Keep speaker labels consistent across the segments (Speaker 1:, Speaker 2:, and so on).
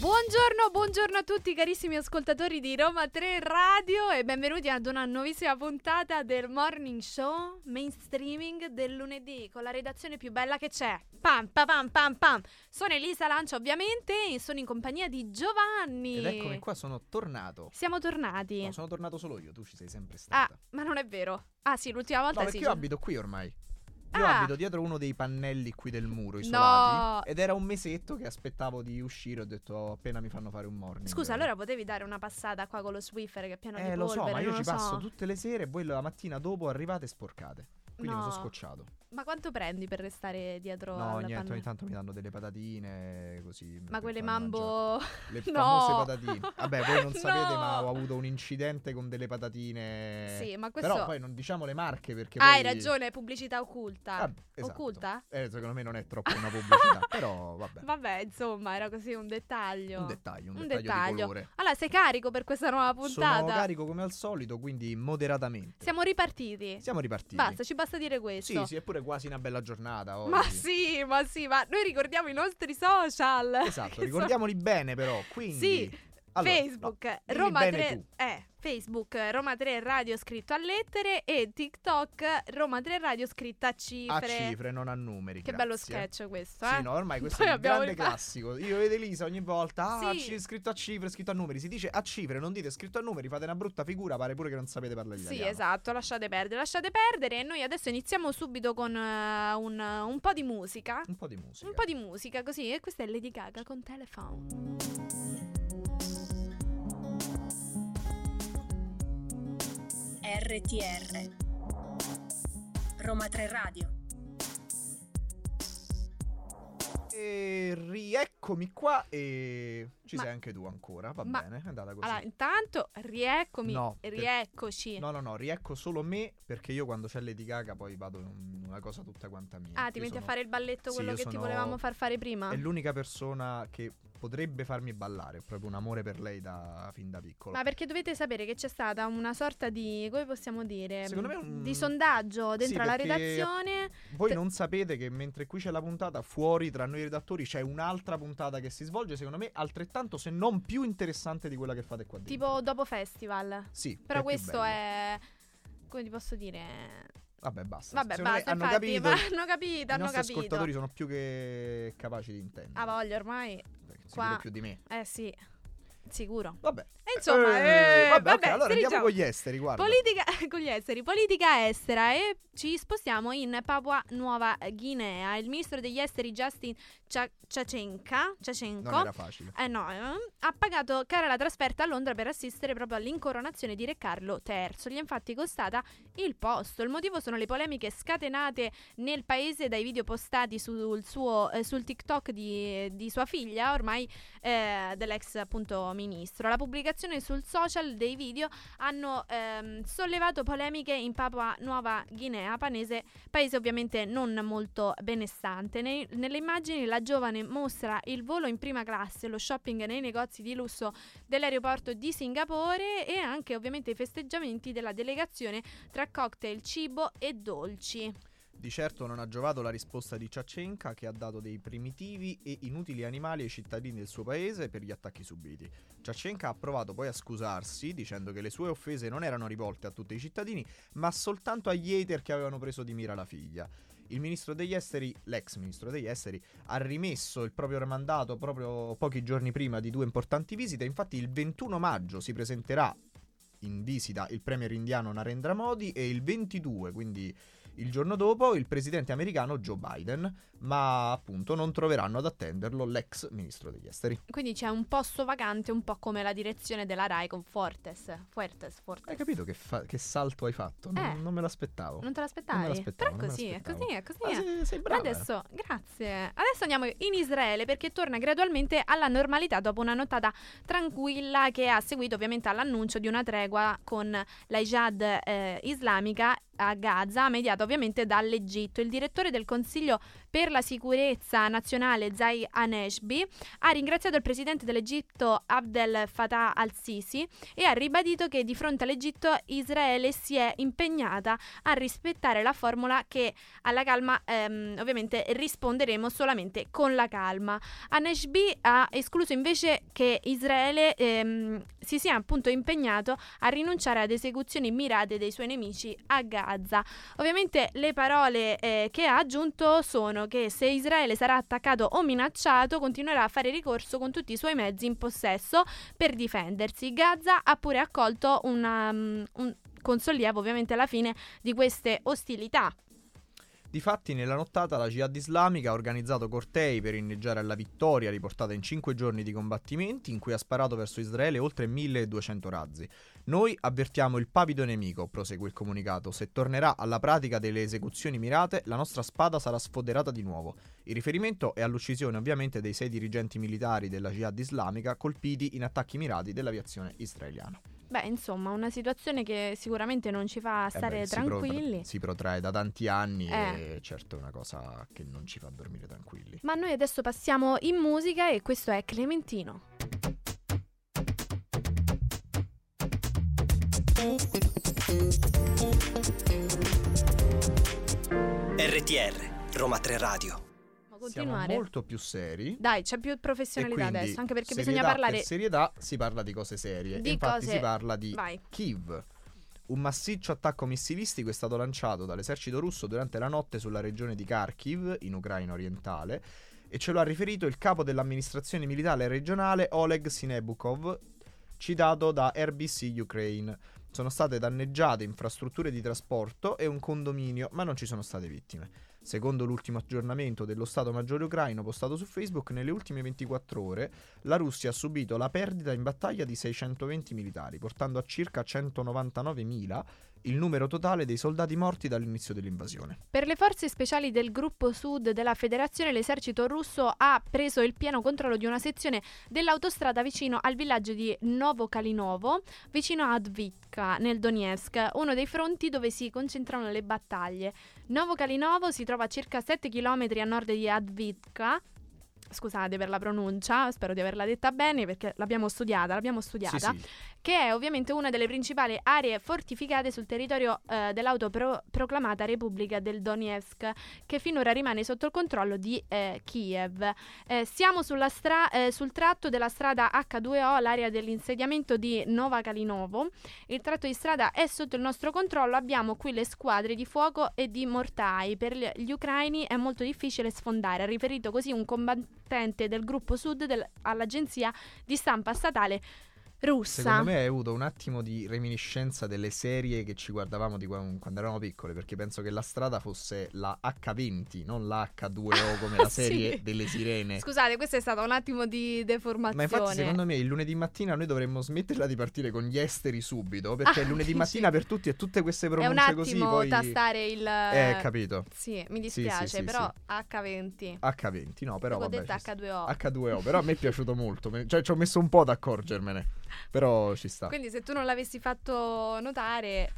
Speaker 1: Buongiorno, buongiorno a tutti carissimi ascoltatori di Roma 3 Radio e benvenuti ad una nuovissima puntata del Morning Show mainstreaming del lunedì con la redazione più bella che c'è. Pam pam pam pam pam. Sono Elisa Lancia ovviamente e sono in compagnia di Giovanni.
Speaker 2: Ed eccomi qua, sono tornato.
Speaker 1: Siamo tornati.
Speaker 2: No, sono tornato solo io, tu ci sei sempre
Speaker 1: ah,
Speaker 2: stata.
Speaker 1: ma non è vero. Ah sì, l'ultima volta
Speaker 2: no, perché
Speaker 1: sì.
Speaker 2: io
Speaker 1: Gio-
Speaker 2: abito qui ormai. Io
Speaker 1: Ah.
Speaker 2: abito dietro uno dei pannelli qui del muro, isolati.
Speaker 1: No.
Speaker 2: Ed era un mesetto che aspettavo di uscire, ho detto "Oh, appena mi fanno fare un morning.
Speaker 1: Scusa, allora potevi dare una passata qua con lo Swiffer che è pieno
Speaker 2: Eh,
Speaker 1: di polvere,
Speaker 2: lo so, ma io
Speaker 1: non lo
Speaker 2: ci
Speaker 1: so.
Speaker 2: passo tutte le sere e voi la mattina dopo arrivate e sporcate. Quindi mi
Speaker 1: No.
Speaker 2: sono scocciato.
Speaker 1: Ma quanto prendi per restare dietro
Speaker 2: no,
Speaker 1: al
Speaker 2: niente, ogni
Speaker 1: pannello?
Speaker 2: tanto mi danno delle patatine così. per
Speaker 1: Ma quelle
Speaker 2: farmi mangiare.
Speaker 1: mambo
Speaker 2: Le
Speaker 1: No.
Speaker 2: famose patatine. Vabbè, voi non sapete, ma
Speaker 1: No.
Speaker 2: ho avuto un incidente con delle patatine.
Speaker 1: Sì, ma questo
Speaker 2: Però poi non diciamo le marche perché
Speaker 1: Ah,
Speaker 2: poi...
Speaker 1: Hai ragione, pubblicità occulta.
Speaker 2: Ah, esatto.
Speaker 1: Occulta?
Speaker 2: Eh, secondo me non è troppo una pubblicità, però vabbè.
Speaker 1: Vabbè, insomma, era così un dettaglio.
Speaker 2: Un dettaglio, un,
Speaker 1: Un
Speaker 2: dettaglio, di
Speaker 1: dettaglio.
Speaker 2: colore.
Speaker 1: allora, sei carico per questa nuova
Speaker 2: Sono
Speaker 1: puntata?
Speaker 2: carico come al solito, quindi moderatamente.
Speaker 1: Siamo ripartiti.
Speaker 2: Siamo ripartiti.
Speaker 1: Basta, ci basta dire questo.
Speaker 2: Sì, sì, è pure quasi una bella giornata oggi.
Speaker 1: Ma sì, ma sì, ma noi ricordiamo i nostri social. Che
Speaker 2: Esatto,
Speaker 1: sono-
Speaker 2: ricordiamoli bene però, quindi...
Speaker 1: Sì,
Speaker 2: Allora,
Speaker 1: Facebook,
Speaker 2: no, dimmi
Speaker 1: Roma
Speaker 2: bene
Speaker 1: 3,
Speaker 2: tu.
Speaker 1: eh, Facebook, Roma 3 Radio scritto a lettere e TikTok, Roma 3 Radio scritta a cifre.
Speaker 2: A cifre, non a numeri.
Speaker 1: Che
Speaker 2: grazie.
Speaker 1: bello sketch questo, eh?
Speaker 2: Sì, no, ormai questo
Speaker 1: Poi
Speaker 2: è un
Speaker 1: abbiamo
Speaker 2: grande
Speaker 1: rifatto.
Speaker 2: classico. Io ed Elisa ogni volta, ah,
Speaker 1: Sì.
Speaker 2: ci- scritto a cifre, scritto a numeri. Si dice a cifre, non dite scritto a numeri, fate una brutta figura, pare pure che non sapete parlare
Speaker 1: Sì,
Speaker 2: italiano.
Speaker 1: esatto, lasciate perdere, lasciate perdere e noi adesso iniziamo subito con eh, un, un po' di musica.
Speaker 2: Un po' di musica.
Speaker 1: Un po' di musica così e questa è Lady Gaga con Telephone.
Speaker 3: RTR Roma 3 Radio
Speaker 2: E rieccomi qua e ci
Speaker 1: Ma-
Speaker 2: sei anche tu ancora, va
Speaker 1: ma-
Speaker 2: bene, è andata così.
Speaker 1: Allora, intanto rieccomi,
Speaker 2: No, per-
Speaker 1: rieccoci.
Speaker 2: No, no, no, riecco solo me perché io quando c'è Lady Gaga poi vado in una cosa tutta quanta mia.
Speaker 1: ah, ti
Speaker 2: Io
Speaker 1: metti a
Speaker 2: sono-
Speaker 1: fare il balletto
Speaker 2: sì,
Speaker 1: quello
Speaker 2: io
Speaker 1: che ti
Speaker 2: sono-
Speaker 1: volevamo far fare prima?
Speaker 2: È l'unica persona che potrebbe farmi ballare, ho proprio un amore per lei da fin da piccolo.
Speaker 1: Ma perché dovete sapere che c'è stata una sorta di, come possiamo dire,
Speaker 2: Secondo me è un-
Speaker 1: Ehm, di sondaggio dentro
Speaker 2: Sì,
Speaker 1: la
Speaker 2: perché-
Speaker 1: redazione.
Speaker 2: Voi
Speaker 1: te-
Speaker 2: non sapete che mentre qui c'è la puntata, fuori tra noi redattori c'è un'altra puntata che si svolge, secondo me, altrettanto se non più interessante di quella che fate qua dentro.
Speaker 1: Tipo dopo festival.
Speaker 2: Sì,
Speaker 1: Però
Speaker 2: è più
Speaker 1: questo
Speaker 2: bello.
Speaker 1: è. Come ti posso dire?
Speaker 2: Vabbè, basta.
Speaker 1: Vabbè,
Speaker 2: Secondo me
Speaker 1: basta.
Speaker 2: hanno
Speaker 1: infatti,
Speaker 2: capito.
Speaker 1: ma hanno capito,
Speaker 2: I
Speaker 1: hanno
Speaker 2: nostri ascoltatori
Speaker 1: capito.
Speaker 2: sono più che capaci di intendere.
Speaker 1: Ah, voglio ormai.
Speaker 2: Perché
Speaker 1: qua-
Speaker 2: sicuro più di me.
Speaker 1: Eh sì, sicuro.
Speaker 2: Vabbè.
Speaker 1: E insomma, eh,
Speaker 2: vabbè,
Speaker 1: vabbè,
Speaker 2: ok, allora andiamo
Speaker 1: stringiamo.
Speaker 2: con gli esteri, guarda.
Speaker 1: Politica con gli esteri, politica estera e ci spostiamo in Papua Nuova Guinea. Il ministro degli esteri Justin Cia- Ciacenca, Ciacenco,
Speaker 2: non era facile.
Speaker 1: eh no, eh, ha pagato cara la trasferta a Londra per assistere proprio all'incoronazione di Re Carlo III. Gli è infatti costata il posto. Il motivo sono le polemiche scatenate nel paese dai video postati sul, suo, eh, sul TikTok di, di sua figlia, ormai eh, dell'ex appunto ministro. La pubblicazione sul social dei video hanno ehm, sollevato polemiche in Papua Nuova Guinea, panese- paese ovviamente non molto benestante. Nei- nelle immagini la giovane mostra il volo in prima classe, lo shopping nei negozi di lusso dell'aeroporto di Singapore e anche ovviamente i festeggiamenti della delegazione tra cocktail, cibo e dolci.
Speaker 2: Di certo non ha giovato la risposta di Ciacenca che ha dato dei primitivi e inutili animali ai cittadini del suo paese per gli attacchi subiti. Ciacenca ha provato poi a scusarsi dicendo che le sue offese non erano rivolte a tutti i cittadini ma soltanto agli hater che avevano preso di mira la figlia. Il ministro degli esteri, l'ex ministro degli esteri, ha rimesso il proprio mandato proprio pochi giorni prima di due importanti visite. Infatti il 21 maggio si presenterà in visita il premier indiano Narendra Modi e il 22, quindi il giorno dopo il presidente americano Joe Biden, ma appunto non troveranno ad attenderlo l'ex ministro degli esteri.
Speaker 1: Quindi c'è un posto vacante, un po' come la direzione della Rai con Fortes. Fuertes, Fortes.
Speaker 2: Hai capito che, fa- che salto hai fatto? Non,
Speaker 1: Eh.
Speaker 2: non me
Speaker 1: Non
Speaker 2: l'aspettavo.
Speaker 1: te
Speaker 2: Non me
Speaker 1: l'aspettavi?
Speaker 2: l'aspettavo,
Speaker 1: Però
Speaker 2: non me
Speaker 1: così, è
Speaker 2: l'aspettavo.
Speaker 1: così, è così.
Speaker 2: Ah,
Speaker 1: è.
Speaker 2: sei, sei brava.
Speaker 1: Adesso, grazie. Adesso andiamo in Israele perché torna gradualmente alla normalità dopo una nottata tranquilla che ha seguito ovviamente all'annuncio di una tregua con la jihad eh, islamica a Gaza, mediata ovviamente dall'Egitto. Il direttore del Consiglio per la sicurezza nazionale Zai Aneshbi ha ringraziato il presidente dell'Egitto Abdel Fattah al-Sisi e ha ribadito che di fronte all'Egitto Israele si è impegnata a rispettare la formula che alla calma ehm, ovviamente risponderemo solamente con la calma. Aneshbi ha escluso invece che Israele ehm, si sia appunto impegnato a rinunciare ad esecuzioni mirate dei suoi nemici a Gaza. Ovviamente le parole eh, che ha aggiunto sono che se Israele sarà attaccato o minacciato continuerà a fare ricorso con tutti i suoi mezzi in possesso per difendersi. Gaza ha pure accolto una, um, un, con sollievo ovviamente alla fine di queste ostilità.
Speaker 2: Difatti, nella nottata la Jihad islamica ha organizzato cortei per inneggiare alla vittoria riportata in 5 giorni di combattimenti in cui ha sparato verso Israele oltre 1200 razzi. Noi avvertiamo il pavido nemico, prosegue il comunicato, se tornerà alla pratica delle esecuzioni mirate la nostra spada sarà sfoderata di nuovo. Il riferimento è all'uccisione ovviamente dei sei dirigenti militari della Jihad islamica colpiti in attacchi mirati dell'aviazione israeliana.
Speaker 1: Beh, insomma, una situazione che sicuramente non ci fa
Speaker 2: Eh
Speaker 1: stare
Speaker 2: beh, si
Speaker 1: tranquilli.
Speaker 2: protra- si protrae da tanti anni
Speaker 1: Eh.
Speaker 2: e certo è una cosa che non ci fa dormire tranquilli.
Speaker 1: Ma noi adesso passiamo in musica e questo è Clementino.
Speaker 4: RTR Roma 3 Radio.
Speaker 1: Possiamo
Speaker 2: Siamo
Speaker 1: Continuare.
Speaker 2: molto più seri.
Speaker 1: Dai, c'è più
Speaker 2: E
Speaker 1: professionalità
Speaker 2: quindi,
Speaker 1: adesso, anche perché
Speaker 2: serietà
Speaker 1: bisogna parlare
Speaker 2: Per serietà si parla di cose serie.
Speaker 1: Di
Speaker 2: E infatti
Speaker 1: cose-
Speaker 2: si parla di
Speaker 1: Vai.
Speaker 2: Kiev. Un massiccio attacco missilistico è stato lanciato dall'esercito russo durante la notte sulla regione di Kharkiv, in Ucraina orientale, e ce lo ha riferito il capo dell'amministrazione militare regionale Oleg Sinebukov, citato da RBC Ukraine. Sono state danneggiate infrastrutture di trasporto e un condominio, ma non ci sono state vittime. Secondo l'ultimo aggiornamento dello Stato Maggiore ucraino postato su Facebook, nelle ultime 24 ore la Russia ha subito la perdita in battaglia di 620 militari, portando a circa 199.000 il numero totale dei soldati morti dall'inizio dell'invasione.
Speaker 1: Per le forze speciali del gruppo sud della federazione, l'esercito russo ha preso il pieno controllo di una sezione dell'autostrada vicino al villaggio di Novokalinovo, vicino a Dvitka, nel Donetsk, uno dei fronti dove si concentrano le battaglie. Novokalinovo si trova a circa 7 km a nord di Advitka. Scusate per la pronuncia, spero di averla detta bene perché l'abbiamo studiata, l'abbiamo studiata
Speaker 2: Sì, sì.
Speaker 1: che è ovviamente una delle principali aree fortificate sul territorio eh, dell'autoproclamata Repubblica del Donetsk, che finora rimane sotto il controllo di eh, Kiev. Eh, siamo sulla stra- eh, sul tratto della strada H2O, l'area dell'insediamento di Nova Kalinovo. Il tratto di strada è sotto il nostro controllo, abbiamo qui le squadre di fuoco e di mortai. Per gli- gli ucraini è molto difficile sfondare, ha riferito così un combattente del gruppo sud del- all'agenzia di stampa statale russa.
Speaker 2: Secondo me hai avuto un attimo di reminiscenza delle serie che ci guardavamo di quan- quando eravamo piccole, perché penso che la strada fosse la H20, non la H2O come la
Speaker 1: Sì.
Speaker 2: serie delle sirene.
Speaker 1: Scusate, questo è stato un attimo di deformazione.
Speaker 2: Ma infatti secondo me il lunedì mattina noi dovremmo smetterla di partire con gli esteri subito, perché
Speaker 1: Ah,
Speaker 2: il lunedì
Speaker 1: dici?
Speaker 2: mattina per tutti e tutte queste
Speaker 1: è un
Speaker 2: pronunce
Speaker 1: attimo
Speaker 2: così poi...
Speaker 1: tastare il
Speaker 2: Eh, capito.
Speaker 1: Sì, mi
Speaker 2: Sì, sì,
Speaker 1: dispiace,
Speaker 2: sì,
Speaker 1: però H20.
Speaker 2: H20, no, però
Speaker 1: Ho
Speaker 2: vabbè.
Speaker 1: detto
Speaker 2: ci sta.
Speaker 1: H2O.
Speaker 2: H2O, però a me è piaciuto molto, me- cioè ci ho messo un po' ad accorgermene, però ci sta.
Speaker 1: Quindi se tu non l'avessi fatto notare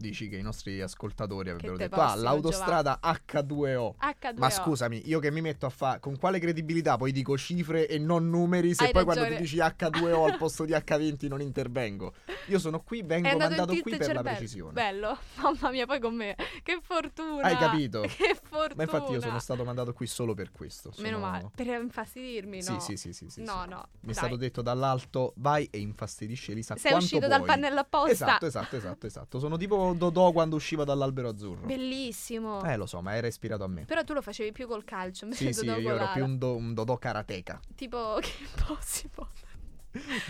Speaker 2: Dici che i nostri ascoltatori avrebbero
Speaker 1: te
Speaker 2: detto, ah,
Speaker 1: passino,
Speaker 2: l'autostrada H2O.
Speaker 1: H2O.
Speaker 2: Ma scusami, io che mi metto a fare, con quale credibilità poi dico cifre e non numeri se
Speaker 1: Hai
Speaker 2: poi quando
Speaker 1: ragione.
Speaker 2: tu dici H2O al posto di H20 non intervengo? Io sono qui,
Speaker 1: è
Speaker 2: vengo
Speaker 1: andato in
Speaker 2: mandato
Speaker 1: tilt
Speaker 2: qui
Speaker 1: il
Speaker 2: per la
Speaker 1: cervello.
Speaker 2: precisione.
Speaker 1: Bello. Mamma mia, poi con me. Che fortuna.
Speaker 2: Hai capito?
Speaker 1: Che fortuna.
Speaker 2: Ma infatti io sono stato mandato qui solo per questo. sono-
Speaker 1: Meno male, per infastidirmi,
Speaker 2: Sì,
Speaker 1: no?
Speaker 2: sì, sì, sì, sì,
Speaker 1: No,
Speaker 2: sì.
Speaker 1: no.
Speaker 2: Mi è
Speaker 1: dai.
Speaker 2: stato detto dall'alto, vai e infastidisci Elisa
Speaker 1: Sei
Speaker 2: quanto
Speaker 1: uscito
Speaker 2: vuoi.
Speaker 1: dal pannello apposta.
Speaker 2: Esatto, esatto, esatto, esatto. Sono tipo Dodò quando usciva dall'albero azzurro.
Speaker 1: Bellissimo.
Speaker 2: Eh, lo so, ma era ispirato a me.
Speaker 1: Però tu lo facevi più col calcio,
Speaker 2: Sì,
Speaker 1: invece
Speaker 2: sì,
Speaker 1: dopo
Speaker 2: io ero
Speaker 1: la-
Speaker 2: più un, do- un Dodò karateka.
Speaker 1: tipo che impossibile.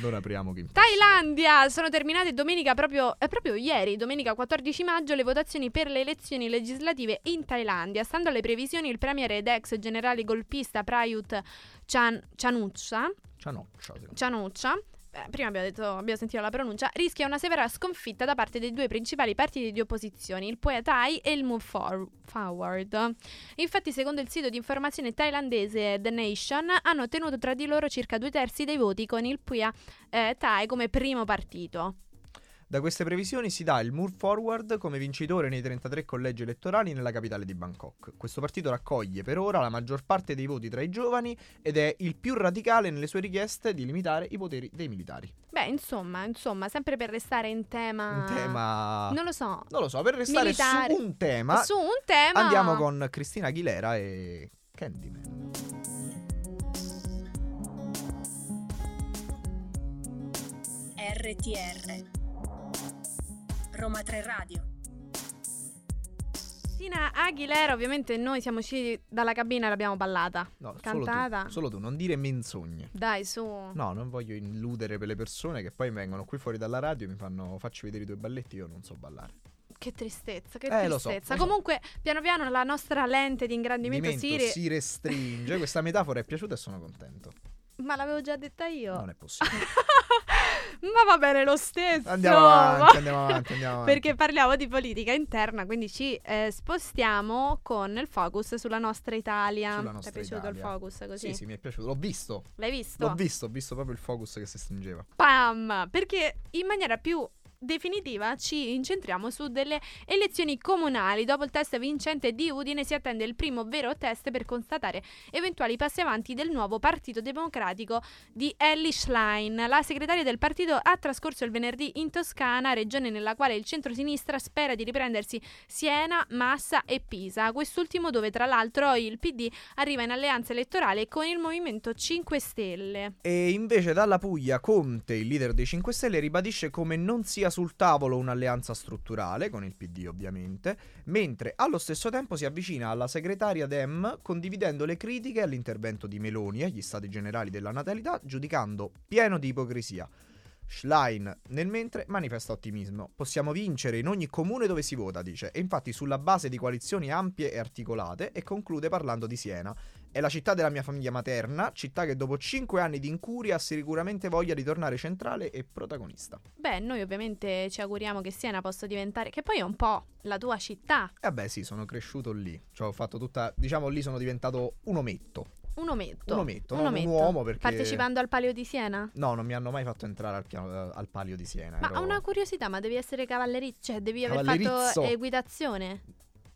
Speaker 2: Non apriamo che impossibile.
Speaker 1: Thailandia! Sono terminate domenica proprio, eh, proprio ieri, domenica 14 maggio, le votazioni per le elezioni legislative in Thailandia. Stando alle previsioni, il premier ed ex generale golpista Prayut Chan- Chanuccia,
Speaker 2: Cianoccia, secondo me.
Speaker 1: Cianuccia, eh, prima abbiamo, detto, abbiamo sentito la pronuncia, rischia una severa sconfitta da parte dei due principali partiti di opposizione, il Poetai e il Move For- Forward. Infatti, secondo il sito di informazione thailandese The Nation, hanno ottenuto tra di loro circa due terzi dei voti con il Puya eh, Thai come primo partito.
Speaker 2: Da queste previsioni si dà il Move Forward come vincitore nei 33 collegi elettorali nella capitale di Bangkok. Questo partito raccoglie per ora la maggior parte dei voti tra i giovani ed è il più radicale nelle sue richieste di limitare i poteri dei militari.
Speaker 1: Beh, insomma, insomma, sempre per restare in tema...
Speaker 2: Un tema...
Speaker 1: Ah. Non lo so.
Speaker 2: Non lo so, per restare
Speaker 1: Militare.
Speaker 2: su un tema,
Speaker 1: Su un tema...
Speaker 2: andiamo con Cristina Aguilera e Candyman.
Speaker 3: RTR Roma 3 Radio
Speaker 1: Cristina Aguilera, ovviamente noi siamo usciti dalla cabina e l'abbiamo ballata.
Speaker 2: No, Solo,
Speaker 1: Cantata.
Speaker 2: tu, solo tu, non dire menzogne.
Speaker 1: Dai, su.
Speaker 2: No, non voglio illudere per le persone che poi vengono qui fuori dalla radio e mi fanno facci vedere i tuoi balletti, io non so ballare.
Speaker 1: Che tristezza, che
Speaker 2: Eh, lo so,
Speaker 1: tristezza.
Speaker 2: lo so.
Speaker 1: Comunque, piano piano la nostra lente di ingrandimento
Speaker 2: Dimento
Speaker 1: si... ri-
Speaker 2: si restringe, questa metafora è piaciuta e sono contento.
Speaker 1: Ma l'avevo già detta io.
Speaker 2: Non è possibile.
Speaker 1: Ma va bene lo stesso.
Speaker 2: Andiamo avanti, andiamo avanti, andiamo avanti.
Speaker 1: Perché parliamo di politica interna, quindi ci eh, spostiamo con il focus sulla nostra Italia.
Speaker 2: Sulla nostra
Speaker 1: Ti è piaciuto
Speaker 2: Italia.
Speaker 1: il focus così?
Speaker 2: Sì, sì, mi è piaciuto. L'ho visto.
Speaker 1: L'hai visto?
Speaker 2: L'ho visto, ho visto proprio il focus che si stringeva.
Speaker 1: Pam! Perché in maniera più definitiva ci incentriamo su delle elezioni comunali. Dopo il test vincente di Udine si attende il primo vero test per constatare eventuali passi avanti del nuovo Partito Democratico di Ellie Schlein. La segretaria del partito ha trascorso il venerdì in Toscana, regione nella quale il centrosinistra spera di riprendersi Siena, Massa e Pisa. Quest'ultimo dove tra l'altro il PD arriva in alleanza elettorale con il Movimento 5 Stelle.
Speaker 2: E invece dalla Puglia Conte, il leader dei 5 Stelle, ribadisce come non sia sul tavolo un'alleanza strutturale, con il PD ovviamente, mentre allo stesso tempo si avvicina alla segretaria Dem condividendo le critiche all'intervento di Meloni agli stati generali della natalità, giudicando pieno di ipocrisia. Schlein, nel mentre, manifesta ottimismo. Possiamo vincere in ogni comune dove si vota, dice, e infatti sulla base di coalizioni ampie e articolate, e conclude parlando di Siena. È la città della mia famiglia materna, città che dopo 5 anni di incuria ha sicuramente voglia di tornare centrale e protagonista.
Speaker 1: Beh, noi ovviamente ci auguriamo che Siena possa diventare, che poi è un po' la tua città,
Speaker 2: E vabbè sì, sono cresciuto lì, cioè ho fatto tutta, diciamo lì sono diventato un ometto.
Speaker 1: un ometto.
Speaker 2: Un ometto, no? Un uomo perché-
Speaker 1: Partecipando al Palio di Siena?
Speaker 2: No, non mi hanno mai fatto entrare al, piano- eh, al palio di Siena.
Speaker 1: Ma
Speaker 2: ero-
Speaker 1: ho una curiosità, ma devi essere cavallerizzo, cioè devi aver fatto
Speaker 2: Cavallerizzo.
Speaker 1: equitazione.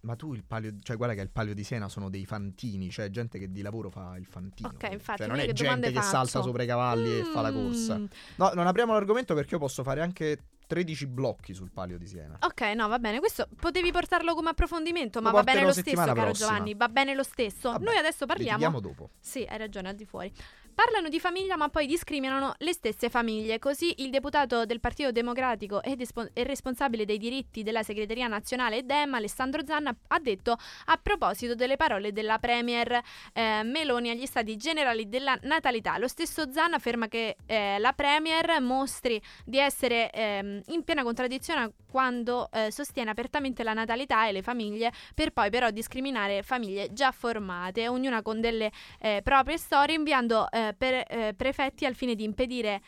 Speaker 2: Ma tu il palio, cioè guarda che il palio di Siena sono dei fantini, cioè gente che di lavoro fa il fantino.
Speaker 1: Ok, infatti,
Speaker 2: Cioè non
Speaker 1: io
Speaker 2: è
Speaker 1: che
Speaker 2: gente
Speaker 1: domande
Speaker 2: che
Speaker 1: faccio?
Speaker 2: salta sopra i cavalli e fa la
Speaker 1: Mm.
Speaker 2: corsa. No, non apriamo l'argomento perché io posso fare anche 13 blocchi sul palio di Siena.
Speaker 1: Ok, no, va bene. Questo potevi portarlo come approfondimento, ma
Speaker 2: Lo
Speaker 1: va bene
Speaker 2: porterò
Speaker 1: lo stesso,
Speaker 2: settimana
Speaker 1: caro
Speaker 2: prossima.
Speaker 1: Giovanni. Va bene lo stesso.
Speaker 2: Vabbè,
Speaker 1: Noi adesso parliamo.
Speaker 2: Litighiamo dopo.
Speaker 1: Sì, hai ragione, al di fuori. Parlano di famiglia ma poi discriminano le stesse famiglie. Così il deputato del Partito Democratico e despo- e responsabile dei diritti della segreteria nazionale DEM, Alessandro Zanna, ha detto a proposito delle parole della Premier eh, Meloni agli stati generali della natalità. Lo stesso Zanna afferma che eh, la Premier mostri di essere ehm, in piena contraddizione quando eh, sostiene apertamente la natalità e le famiglie, per poi però discriminare famiglie già formate, ognuna con delle eh, proprie storie, inviando eh, per- eh, prefetti al fine di impedire.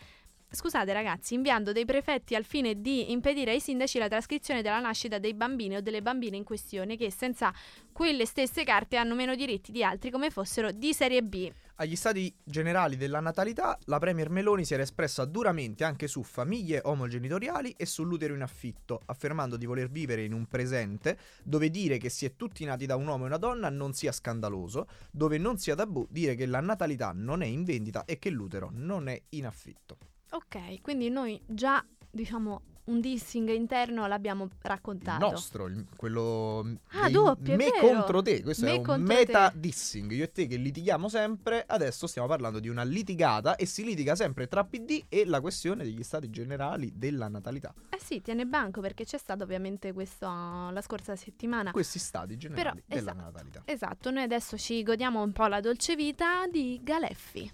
Speaker 1: Scusate ragazzi, inviando dei prefetti al fine di impedire ai sindaci la trascrizione della nascita dei bambini o delle bambine in questione che senza quelle stesse carte hanno meno diritti di altri come fossero di serie B.
Speaker 2: Agli stati generali della natalità, la Premier Meloni si era espressa duramente anche su famiglie omogenitoriali e sull'utero in affitto, affermando di voler vivere in un presente dove dire che si è tutti nati da un uomo e una donna non sia scandaloso, dove non sia tabù dire che la natalità non è in vendita e che l'utero non è in affitto.
Speaker 1: Ok, quindi noi già diciamo un dissing interno l'abbiamo
Speaker 2: Il
Speaker 1: raccontato.
Speaker 2: nostro, il- quello mm,
Speaker 1: Ah,
Speaker 2: dei
Speaker 1: doppio, è
Speaker 2: me
Speaker 1: vero.
Speaker 2: contro te, questo
Speaker 1: Me
Speaker 2: è un
Speaker 1: contro
Speaker 2: meta
Speaker 1: te.
Speaker 2: dissing, io e te che litighiamo sempre, adesso stiamo parlando di una litigata e si litiga sempre tra PD e la questione degli stati generali della natalità.
Speaker 1: Eh sì, tiene banco perché c'è stato ovviamente questo la scorsa settimana.
Speaker 2: Questi stati generali
Speaker 1: Ah.
Speaker 2: della
Speaker 1: esatto.
Speaker 2: natalità.
Speaker 1: Esatto, noi adesso ci godiamo un po' la dolce vita di Galeffi.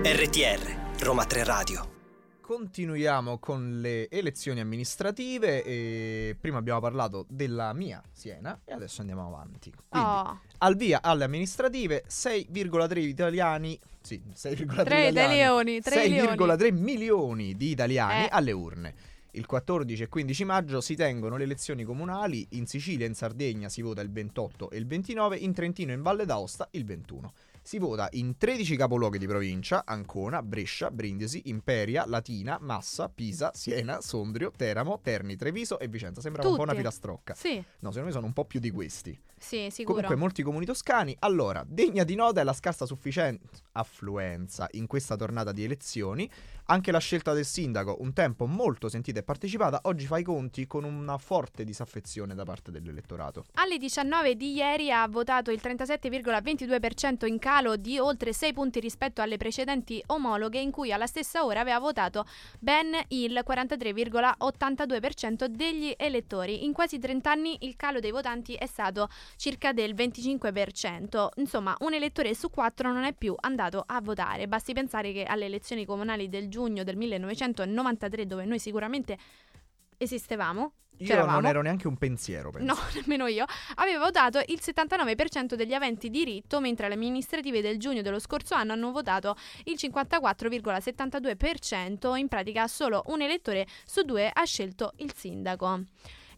Speaker 4: RTR Roma 3 Radio.
Speaker 2: Continuiamo con le elezioni amministrative e prima abbiamo parlato della mia Siena e adesso andiamo avanti. Quindi,
Speaker 1: Oh,
Speaker 2: al via alle amministrative 6,3 italiani, sì, 6,3
Speaker 1: tre dei
Speaker 2: italiani.
Speaker 1: leoni, tre leoni.
Speaker 2: 6,3 milioni di italiani
Speaker 1: Eh.
Speaker 2: alle urne. Il 14 e 15 maggio si tengono le elezioni comunali, in Sicilia e in Sardegna si vota il 28 e il 29, in Trentino e in Valle d'Aosta il 21. Si vota in 13 capoluoghi di provincia, Ancona, Brescia, Brindisi, Imperia, Latina, Massa, Pisa, Siena, Sondrio, Teramo, Terni, Treviso e Vicenza. Sembrava un po'
Speaker 1: Tutti.
Speaker 2: una filastrocca.
Speaker 1: Sì,
Speaker 2: No, secondo me sono un po' più di questi.
Speaker 1: sì, sicuro.
Speaker 2: Comunque molti comuni toscani. Allora, degna di nota è la scarsa sufficien- affluenza in questa tornata di elezioni. Anche la scelta del sindaco, un tempo molto sentita e partecipata, oggi fa i conti con una forte disaffezione da parte dell'elettorato.
Speaker 1: Alle 19 di ieri ha votato il 37,22% in calo di oltre 6 punti rispetto alle precedenti omologhe in cui alla stessa ora aveva votato ben il 43,82% degli elettori. In quasi 30 anni il calo dei votanti è stato circa del 25%. Insomma, un elettore su quattro non è più andato a votare. Basti pensare che alle elezioni comunali del giugno del 1993, dove noi sicuramente esistevamo,
Speaker 2: Io
Speaker 1: C'eravamo.
Speaker 2: non ero neanche un pensiero, penso.
Speaker 1: No, nemmeno io. Aveva votato il 79% degli aventi diritto, mentre le amministrative del giugno dello scorso anno hanno votato il 54,72%. In pratica solo un elettore su due ha scelto il sindaco.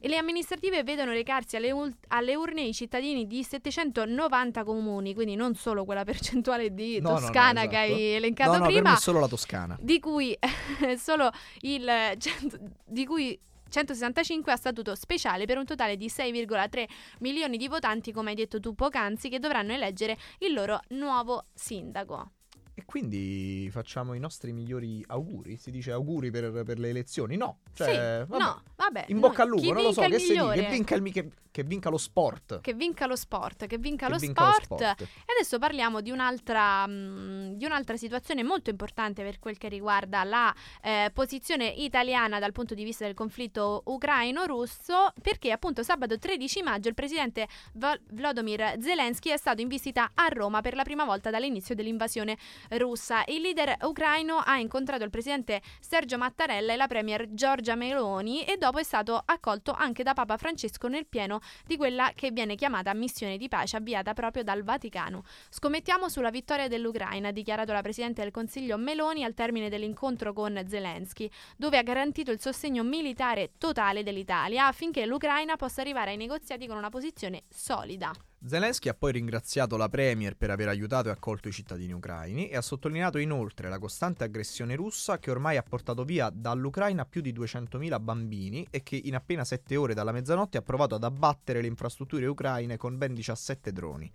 Speaker 1: E le amministrative vedono recarsi alle, ul- alle urne i cittadini di 790 comuni, quindi non solo quella percentuale di
Speaker 2: No, no, no,
Speaker 1: Toscana che
Speaker 2: esatto.
Speaker 1: hai elencato
Speaker 2: No, no, per
Speaker 1: prima,
Speaker 2: me è solo la Toscana.
Speaker 1: di cui solo il eh, cento- di cui 165 a statuto speciale per un totale di 6,3 milioni di votanti, come hai detto tu poc'anzi, che dovranno eleggere il loro nuovo sindaco.
Speaker 2: E quindi facciamo i nostri migliori auguri? Si dice auguri per, per le elezioni? No. Cioè,
Speaker 1: sì,
Speaker 2: vabbè.
Speaker 1: no, vabbè.
Speaker 2: In bocca al
Speaker 1: noi- chi
Speaker 2: lupo, non lo so,
Speaker 1: vinca il
Speaker 2: che si dice? Che
Speaker 1: migliore?
Speaker 2: vinca, il mi- che- che vinca lo sport.
Speaker 1: Che vinca lo sport, che vinca,
Speaker 2: Che
Speaker 1: lo,
Speaker 2: vinca lo
Speaker 1: sport. E adesso parliamo di un'altra, mh, di un'altra situazione molto importante per quel che riguarda la eh, posizione italiana dal punto di vista del conflitto ucraino-russo, perché appunto sabato 13 maggio il presidente Vol- Volodymyr Zelensky è stato in visita a Roma per la prima volta dall'inizio dell'invasione russa. Il leader ucraino ha incontrato il presidente Sergio Mattarella e la premier Giorgia Meloni e dopo è stato accolto anche da Papa Francesco nel pieno di quella che viene chiamata missione di pace avviata proprio dal Vaticano. Scommettiamo sulla vittoria dell'Ucraina, ha dichiarato la Presidente del Consiglio Meloni al termine dell'incontro con Zelensky, dove ha garantito il sostegno militare totale dell'Italia affinché l'Ucraina possa arrivare ai negoziati con una posizione solida.
Speaker 2: Zelensky ha poi ringraziato la Premier per aver aiutato e accolto i cittadini ucraini e ha sottolineato inoltre la costante aggressione russa che ormai ha portato via dall'Ucraina più di 200.000 bambini e che in appena 7 ore dalla mezzanotte ha provato ad abbattere le infrastrutture ucraine con ben 17 droni.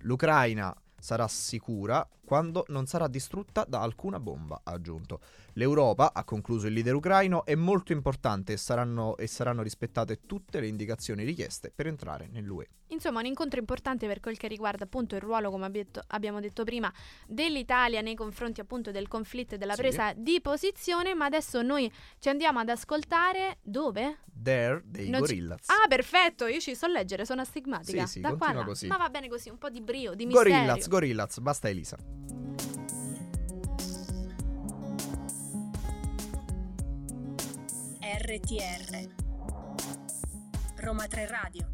Speaker 2: L'Ucraina sarà sicura quando non sarà distrutta da alcuna bomba, ha aggiunto. L'Europa, ha concluso il leader ucraino, è molto importante e saranno, e saranno rispettate tutte le indicazioni richieste per entrare nell'UE.
Speaker 1: Insomma, un incontro importante per quel che riguarda appunto il ruolo, come abbi- abbiamo detto prima, dell'Italia nei confronti appunto del conflitto e della
Speaker 2: Sì.
Speaker 1: presa di posizione, ma adesso noi ci andiamo ad ascoltare dove?
Speaker 2: There dei
Speaker 1: Non ci-
Speaker 2: Gorillaz.
Speaker 1: Ah, perfetto, io ci so leggere, sono astigmatica.
Speaker 2: Sì, sì,
Speaker 1: da qua
Speaker 2: continua
Speaker 1: là.
Speaker 2: così.
Speaker 1: Ma va bene così, un po' di brio, di misterio.
Speaker 2: Gorillaz, Gorillaz, basta Elisa.
Speaker 3: RTR Roma 3 Radio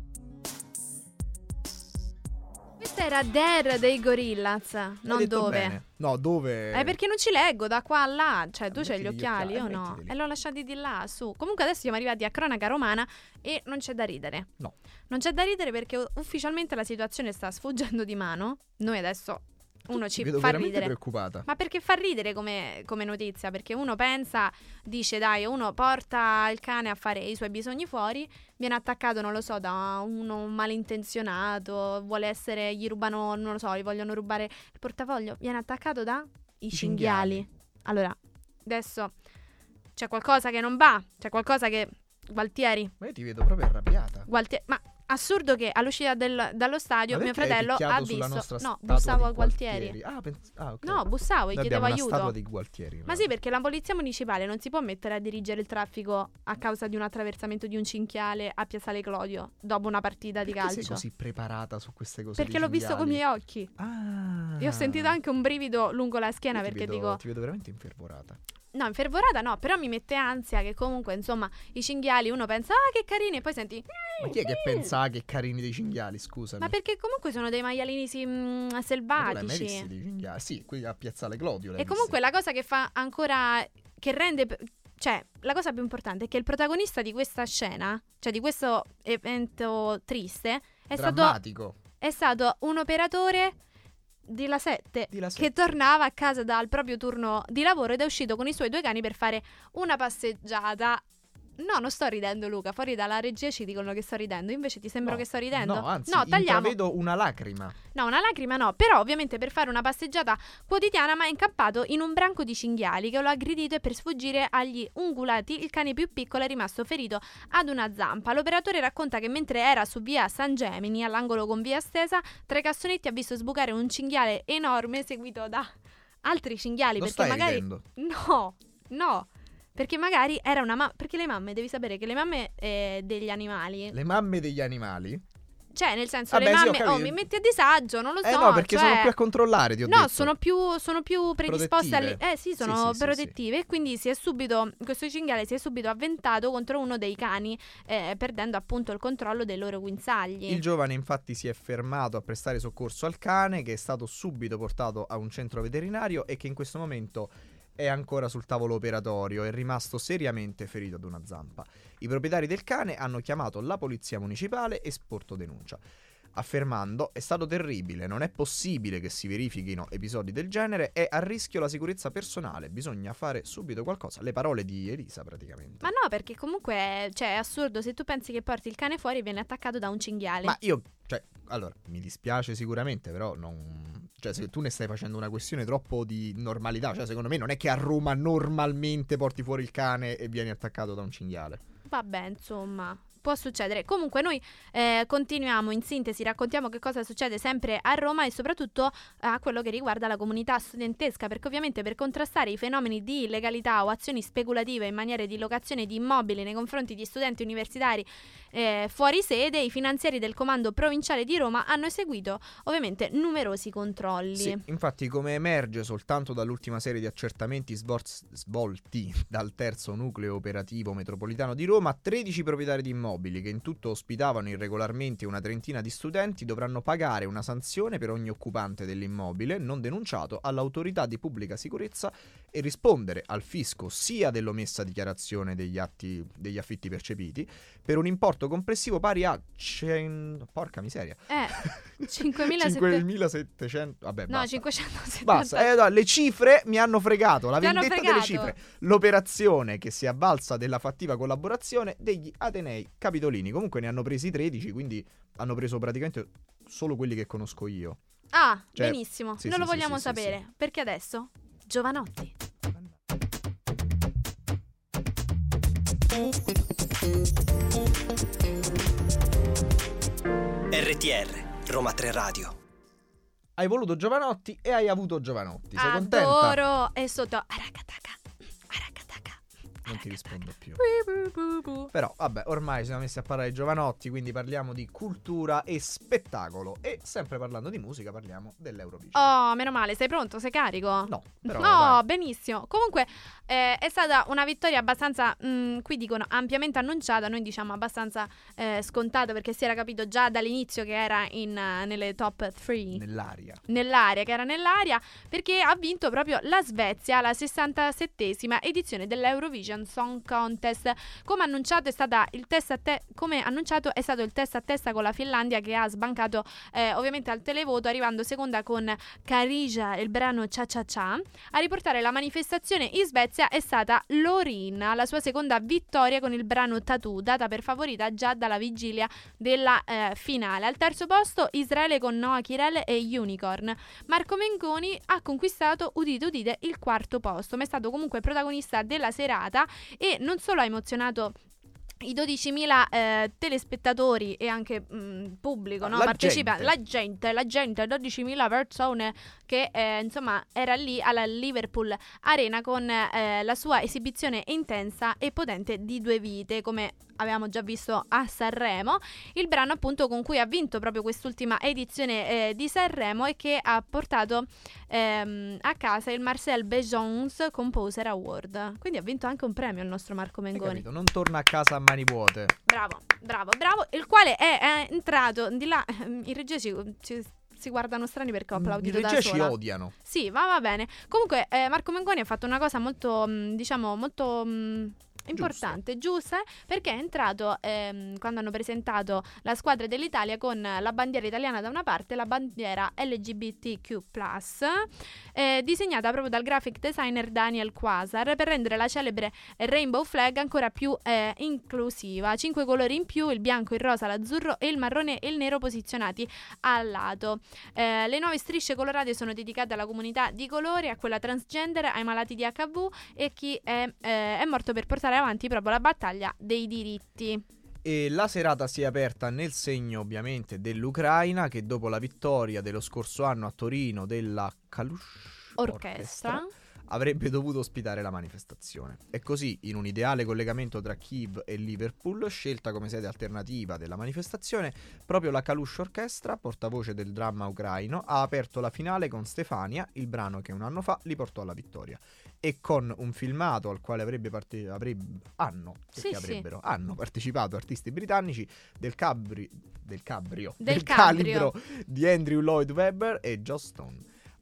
Speaker 1: Questa era Dare dei Gorillaz, non
Speaker 2: Hai detto
Speaker 1: dove.
Speaker 2: bene. No, dove?
Speaker 1: Eh, perché non ci leggo da qua a là, cioè tu
Speaker 2: Ah,
Speaker 1: c'hai gli
Speaker 2: mettiti gli
Speaker 1: occhiali, io
Speaker 2: occhiali,
Speaker 1: no.
Speaker 2: mettiteli.
Speaker 1: E l'ho lasciati di là, su. Comunque adesso siamo arrivati a cronaca romana e non c'è da ridere.
Speaker 2: No.
Speaker 1: Non c'è da ridere perché u- ufficialmente la situazione sta sfuggendo di mano. Noi adesso uno
Speaker 2: Ti
Speaker 1: ci
Speaker 2: vedo
Speaker 1: fa
Speaker 2: veramente
Speaker 1: ridere.
Speaker 2: preoccupata.
Speaker 1: Ma perché fa ridere come, come notizia? Perché uno pensa, dice dai, uno porta il cane a fare i suoi bisogni fuori, viene attaccato, non lo so, da uno malintenzionato, vuole essere, gli rubano, non lo so, gli vogliono rubare il portafoglio, viene attaccato da i
Speaker 2: cinghiali.
Speaker 1: cinghiali. Allora, adesso c'è qualcosa che non va, c'è qualcosa che... Gualtieri,
Speaker 2: Ma io ti vedo proprio arrabbiata.
Speaker 1: Gualtieri, ma assurdo che all'uscita del- dallo stadio
Speaker 2: Ma
Speaker 1: mio
Speaker 2: perché hai
Speaker 1: fratello
Speaker 2: picchiato
Speaker 1: ha
Speaker 2: sulla
Speaker 1: visto...
Speaker 2: nostra
Speaker 1: No,
Speaker 2: statua
Speaker 1: bussavo
Speaker 2: di
Speaker 1: a Gualtieri.
Speaker 2: Ah, pens- ah, ok.
Speaker 1: No, bussavo,
Speaker 2: Noi
Speaker 1: gli
Speaker 2: abbiamo
Speaker 1: chiedevo
Speaker 2: una
Speaker 1: aiuto.
Speaker 2: statua di Gualtieri.
Speaker 1: Ma sì, perché la polizia municipale non si può mettere a dirigere il traffico a causa di un attraversamento di un cinghiale a Piazzale Clodio dopo una partita di
Speaker 2: Perché
Speaker 1: calcio.
Speaker 2: sei così preparata su queste cose
Speaker 1: perché l'ho visto con i miei occhi.
Speaker 2: Ah.
Speaker 1: E ho sentito anche un brivido lungo la
Speaker 2: Io
Speaker 1: schiena
Speaker 2: ti
Speaker 1: perché
Speaker 2: vedo-
Speaker 1: dico
Speaker 2: Ti vedo veramente infervorata.
Speaker 1: no, infervorata no, però mi mette ansia che comunque, insomma, i cinghiali uno pensa "Ah, che carini" e poi senti
Speaker 2: Ma chi è che pensa ah, che carini dei cinghiali, scusami?
Speaker 1: "Ma perché comunque sono dei maialini sì, mm,
Speaker 2: Ma tu l'hai mai
Speaker 1: selvatici".
Speaker 2: visti dei cinghiali? Sì, qui a Piazzale Clodio l'hai
Speaker 1: E comunque
Speaker 2: visti.
Speaker 1: la cosa che fa ancora che rende p- Cioè, la cosa più importante è che il protagonista di questa scena, cioè di questo evento triste, è stato,
Speaker 2: Drammatico.
Speaker 1: è stato un operatore di La 7
Speaker 2: Di La
Speaker 1: che
Speaker 2: Sette.
Speaker 1: tornava a casa dal proprio turno di lavoro ed è uscito con i suoi due cani per fare una passeggiata. No, non sto ridendo Luca, fuori dalla regia ci dicono che sto ridendo, invece ti sembra
Speaker 2: No,
Speaker 1: che sto ridendo?
Speaker 2: No, anzi,
Speaker 1: no tagliamo.
Speaker 2: intravedo una lacrima.
Speaker 1: No, una lacrima no, però ovviamente per fare una passeggiata quotidiana ma è incappato in un branco di cinghiali che lo ha aggredito e per sfuggire agli ungulati il cane più piccolo è rimasto ferito ad una zampa. L'operatore racconta che mentre era su via San Gemini, all'angolo con via Stesa, tra i cassonetti ha visto sbucare un cinghiale enorme seguito da altri cinghiali
Speaker 2: Lo
Speaker 1: perché
Speaker 2: stai
Speaker 1: magari...
Speaker 2: ridendo.
Speaker 1: No, no. Perché magari era una mamma. Perché le mamme, devi sapere che le mamme eh, degli animali.
Speaker 2: Le mamme degli animali?
Speaker 1: Cioè, nel senso,
Speaker 2: Vabbè,
Speaker 1: le
Speaker 2: sì, ho
Speaker 1: mamme. oh,
Speaker 2: capito.
Speaker 1: mi metti a disagio, non lo
Speaker 2: eh
Speaker 1: so.
Speaker 2: no, perché
Speaker 1: cioè-
Speaker 2: sono più a controllare, ti ho
Speaker 1: No,
Speaker 2: detto.
Speaker 1: sono più, sono più predisposte alle...
Speaker 2: Protettive.
Speaker 1: Eh sì,
Speaker 2: Sì,
Speaker 1: sono
Speaker 2: sì, sì,
Speaker 1: protettive e quindi si è subito, questo cinghiale si è subito avventato contro uno dei cani, eh, perdendo appunto il controllo dei loro guinzagli.
Speaker 2: Il giovane infatti si è fermato a prestare soccorso al cane che è stato subito portato a un centro veterinario e che in questo momento è ancora sul tavolo operatorio, è rimasto seriamente ferito ad una zampa. I proprietari del cane hanno chiamato la polizia municipale e sporto denuncia. Affermando è stato terribile, non è possibile che si verifichino episodi del genere, è a rischio la sicurezza personale, bisogna fare subito qualcosa. Le parole di Elisa praticamente.
Speaker 1: Ma no, perché comunque cioè, è assurdo se tu pensi che porti il cane fuori e viene attaccato da un cinghiale.
Speaker 2: Ma io, cioè, allora, mi dispiace sicuramente, però non... Cioè, se tu ne stai facendo una questione troppo di normalità, cioè, secondo me non è che a Roma normalmente porti fuori il cane e vieni attaccato da un cinghiale.
Speaker 1: Vabbè, insomma, può succedere. Comunque noi eh, continuiamo in sintesi, raccontiamo che cosa succede sempre a Roma e soprattutto a quello che riguarda la comunità studentesca, perché ovviamente per contrastare i fenomeni di illegalità o azioni speculative in maniera di locazione di immobili nei confronti di studenti universitari eh, fuori sede, i finanzieri del comando provinciale di Roma hanno eseguito ovviamente numerosi controlli.
Speaker 2: Sì, infatti, come emerge soltanto dall'ultima serie di accertamenti svol- svolti dal terzo nucleo operativo metropolitano di Roma, 13 proprietari di immobili che in tutto ospitavano irregolarmente una trentina di studenti dovranno pagare una sanzione per ogni occupante dell'immobile non denunciato all'autorità di pubblica sicurezza e rispondere al fisco sia dell'omessa dichiarazione degli, atti, degli affitti percepiti per un importo complessivo pari a 100... porca miseria.
Speaker 1: Eh, 5700
Speaker 2: 5700... vabbè,
Speaker 1: No,
Speaker 2: basta.
Speaker 1: 570.
Speaker 2: Basta, eh, no, le cifre mi hanno fregato, la
Speaker 1: Ti hanno
Speaker 2: vendetta delle
Speaker 1: fregato.
Speaker 2: cifre. L'operazione che si è avvalsa della fattiva collaborazione degli Atenei Capitolini. Comunque ne hanno presi 13, quindi hanno preso praticamente solo quelli che conosco io.
Speaker 1: Ah,
Speaker 2: Cioè,
Speaker 1: benissimo.
Speaker 2: sì,
Speaker 1: non
Speaker 2: sì,
Speaker 1: lo
Speaker 2: sì,
Speaker 1: vogliamo
Speaker 2: sì, sì,
Speaker 1: sapere. Perché adesso? Giovanotti.
Speaker 4: RTR Roma 3 Radio.
Speaker 2: Hai voluto Giovanotti e hai avuto Giovanotti. Sei contenta?
Speaker 1: Adoro. E sotto. Aracataca. Aracataca.
Speaker 2: Non ti rispondo più.
Speaker 1: Bu, bu, bu, bu.
Speaker 2: Però, vabbè, ormai siamo messi a parlare di Giovanotti, quindi parliamo di cultura e spettacolo. E sempre parlando di musica, parliamo dell'Eurovision.
Speaker 1: Oh, meno male. Sei pronto? Sei carico?
Speaker 2: No, però.
Speaker 1: no,
Speaker 2: dai.
Speaker 1: benissimo. Comunque eh, è stata una vittoria abbastanza, mm, qui dicono ampiamente annunciata, noi diciamo abbastanza eh, scontata perché si era capito già dall'inizio che era in, eh, nelle top 3.
Speaker 2: Nell'aria.
Speaker 1: nell'area, che era nell'area, perché ha vinto proprio la Svezia alla 67esima edizione dell'Eurovision Song Contest. Come annunciato è, stata il testa a te- come annunciato è stato il testa a testa con la Finlandia che ha sbancato eh, ovviamente al televoto, arrivando seconda con Carija e il brano Cha Cha Cha. A riportare la manifestazione in Svezia è stata Lorin, alla sua seconda vittoria con il brano Tattoo, data per favorita già dalla vigilia della eh, finale. Al terzo posto Israele con Noah Kirel e Unicorn. Marco Mengoni ha conquistato, udite udite, il quarto posto, ma è stato comunque protagonista della serata e non solo ha emozionato i 12.000 eh, telespettatori e anche mh, pubblico, no?
Speaker 2: La
Speaker 1: Partecipa
Speaker 2: gente.
Speaker 1: la gente, la gente, 12.000 persone che eh, insomma era lì alla Liverpool Arena con eh, la sua esibizione intensa e potente di due vite, come avevamo già visto a Sanremo il brano appunto con cui ha vinto proprio quest'ultima edizione eh, di Sanremo e che ha portato ehm, a casa il Marcel Bejons Composer Award. Quindi ha vinto anche un premio il nostro Marco
Speaker 2: Hai
Speaker 1: Mengoni.
Speaker 2: capito? Non torna a casa a mani vuote.
Speaker 1: Bravo, bravo, bravo, il quale è, è entrato di là, in regia ci, ci si guardano strani perché ho applaudito
Speaker 2: I
Speaker 1: da
Speaker 2: Mm, regia ci
Speaker 1: sola.
Speaker 2: odiano.
Speaker 1: Sì, ma va bene. Comunque, eh, Marco Mengoni ha fatto una cosa molto, mh, diciamo, molto. mh, Importante, giusta, perché è entrato ehm, quando hanno presentato la squadra dell'Italia con la bandiera italiana da una parte e la bandiera LGBTQ, eh, disegnata proprio dal graphic designer Daniel Quasar per rendere la celebre Rainbow Flag ancora più eh, inclusiva. Cinque colori in più: il bianco, il rosa, l'azzurro e il marrone e il nero posizionati a lato. Eh, le nuove strisce colorate sono dedicate alla comunità di colore, a quella transgender, ai malati di HIV e a chi è, eh, è morto per portare avanti proprio la battaglia dei diritti.
Speaker 2: E la serata si è aperta nel segno ovviamente dell'Ucraina che dopo la vittoria dello scorso anno a Torino della Kalush
Speaker 1: Orchestra.
Speaker 2: avrebbe dovuto ospitare la manifestazione. E così, in un ideale collegamento tra Kiev e Liverpool, scelta come sede alternativa della manifestazione, proprio la Kalush Orchestra, portavoce del dramma ucraino, ha aperto la finale con Stefania, il brano che un anno fa li portò alla vittoria. E con un filmato al quale avrebbe parte- avreb- hanno, perché
Speaker 1: Sì, sì.
Speaker 2: avrebbero- hanno partecipato artisti britannici del, cabri- del cabrio,
Speaker 1: Del
Speaker 2: calibro di Andrew Lloyd Webber e Joss Stone.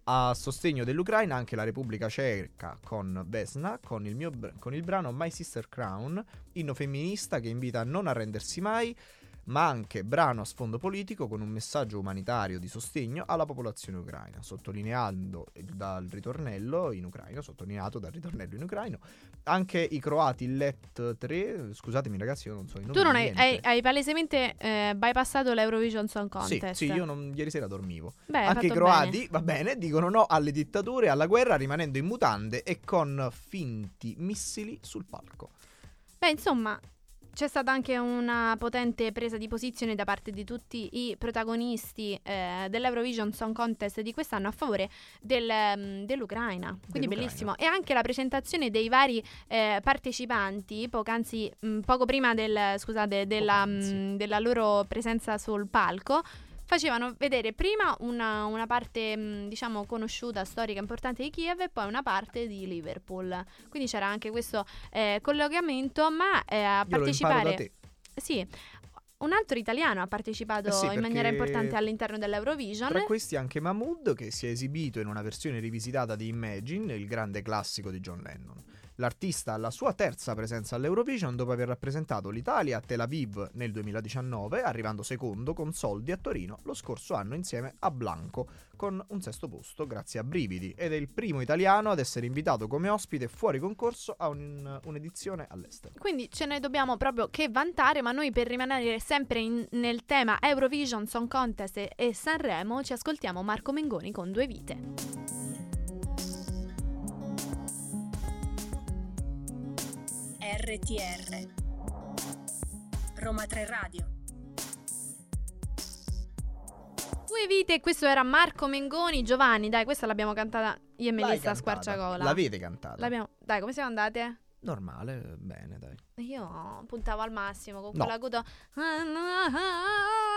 Speaker 2: A sostegno dell'Ucraina anche la Repubblica Ceca con Vesna, con il, mio br- con il brano My Sister Crown, inno femminista che invita a non arrendersi mai, ma anche brano a sfondo politico con un messaggio umanitario di sostegno alla popolazione ucraina, sottolineando il- dal ritornello in ucraino, sottolineato dal ritornello in ucraino, anche i croati Let 3, scusatemi ragazzi, io non so i nomi
Speaker 1: Tu non
Speaker 2: di
Speaker 1: hai,
Speaker 2: niente.
Speaker 1: hai, hai palesemente eh, bypassato l'Eurovision Song
Speaker 2: Sì,
Speaker 1: Contest.
Speaker 2: sì, io non- ieri sera dormivo.
Speaker 1: Beh, hai
Speaker 2: Anche i
Speaker 1: fatto
Speaker 2: croati,
Speaker 1: bene.
Speaker 2: va bene, dicono no alle dittature, alla guerra, rimanendo in mutande e con finti missili sul palco.
Speaker 1: Beh, insomma, c'è stata anche una potente presa di posizione da parte di tutti i protagonisti eh, dell'Eurovision Song Contest di quest'anno a favore del, mm, dell'Ucraina. Quindi
Speaker 2: Dell'Ucraina.
Speaker 1: bellissimo. E anche la presentazione dei vari eh, partecipanti, poc'anzi, mm, poco prima del, scusate, della,
Speaker 2: Poc'anzi.
Speaker 1: mm, della loro presenza sul palco. Facevano vedere prima una, una parte, mm, diciamo, conosciuta, storica, importante di Kiev e poi una parte di Liverpool. Quindi c'era anche questo eh, collegamento, ma eh, a
Speaker 2: Io lo imparo da
Speaker 1: partecipare...
Speaker 2: te.
Speaker 1: Sì, un altro italiano ha partecipato
Speaker 2: Eh sì,
Speaker 1: in maniera
Speaker 2: perché
Speaker 1: importante all'interno dell'Eurovision.
Speaker 2: Tra questi anche Mahmood che si è esibito in una versione rivisitata di Imagine, il grande classico di John Lennon. L'artista ha la sua terza presenza all'Eurovision dopo aver rappresentato l'Italia a Tel Aviv nel 2019, arrivando secondo con soldi a Torino lo scorso anno insieme a Blanco, con un sesto posto grazie a Brividi, ed è il primo italiano ad essere invitato come ospite fuori concorso a un- un'edizione all'estero.
Speaker 1: Quindi ce ne dobbiamo proprio che vantare, ma noi per rimanere sempre in- nel tema Eurovision Song Contest e, e Sanremo ci ascoltiamo Marco Mengoni con Due Vite.
Speaker 3: RTR Roma 3 Radio
Speaker 1: Due Vite, questo era Marco Mengoni, Giovanni, dai, questa l'abbiamo cantata io e
Speaker 2: L'hai
Speaker 1: Melissa a
Speaker 2: cantata?
Speaker 1: Squarciagola.
Speaker 2: L'avete cantata?
Speaker 1: L'abbiamo... Dai, come siamo andate?
Speaker 2: Normale, bene dai.
Speaker 1: Io puntavo al massimo con
Speaker 2: No.
Speaker 1: quella coda.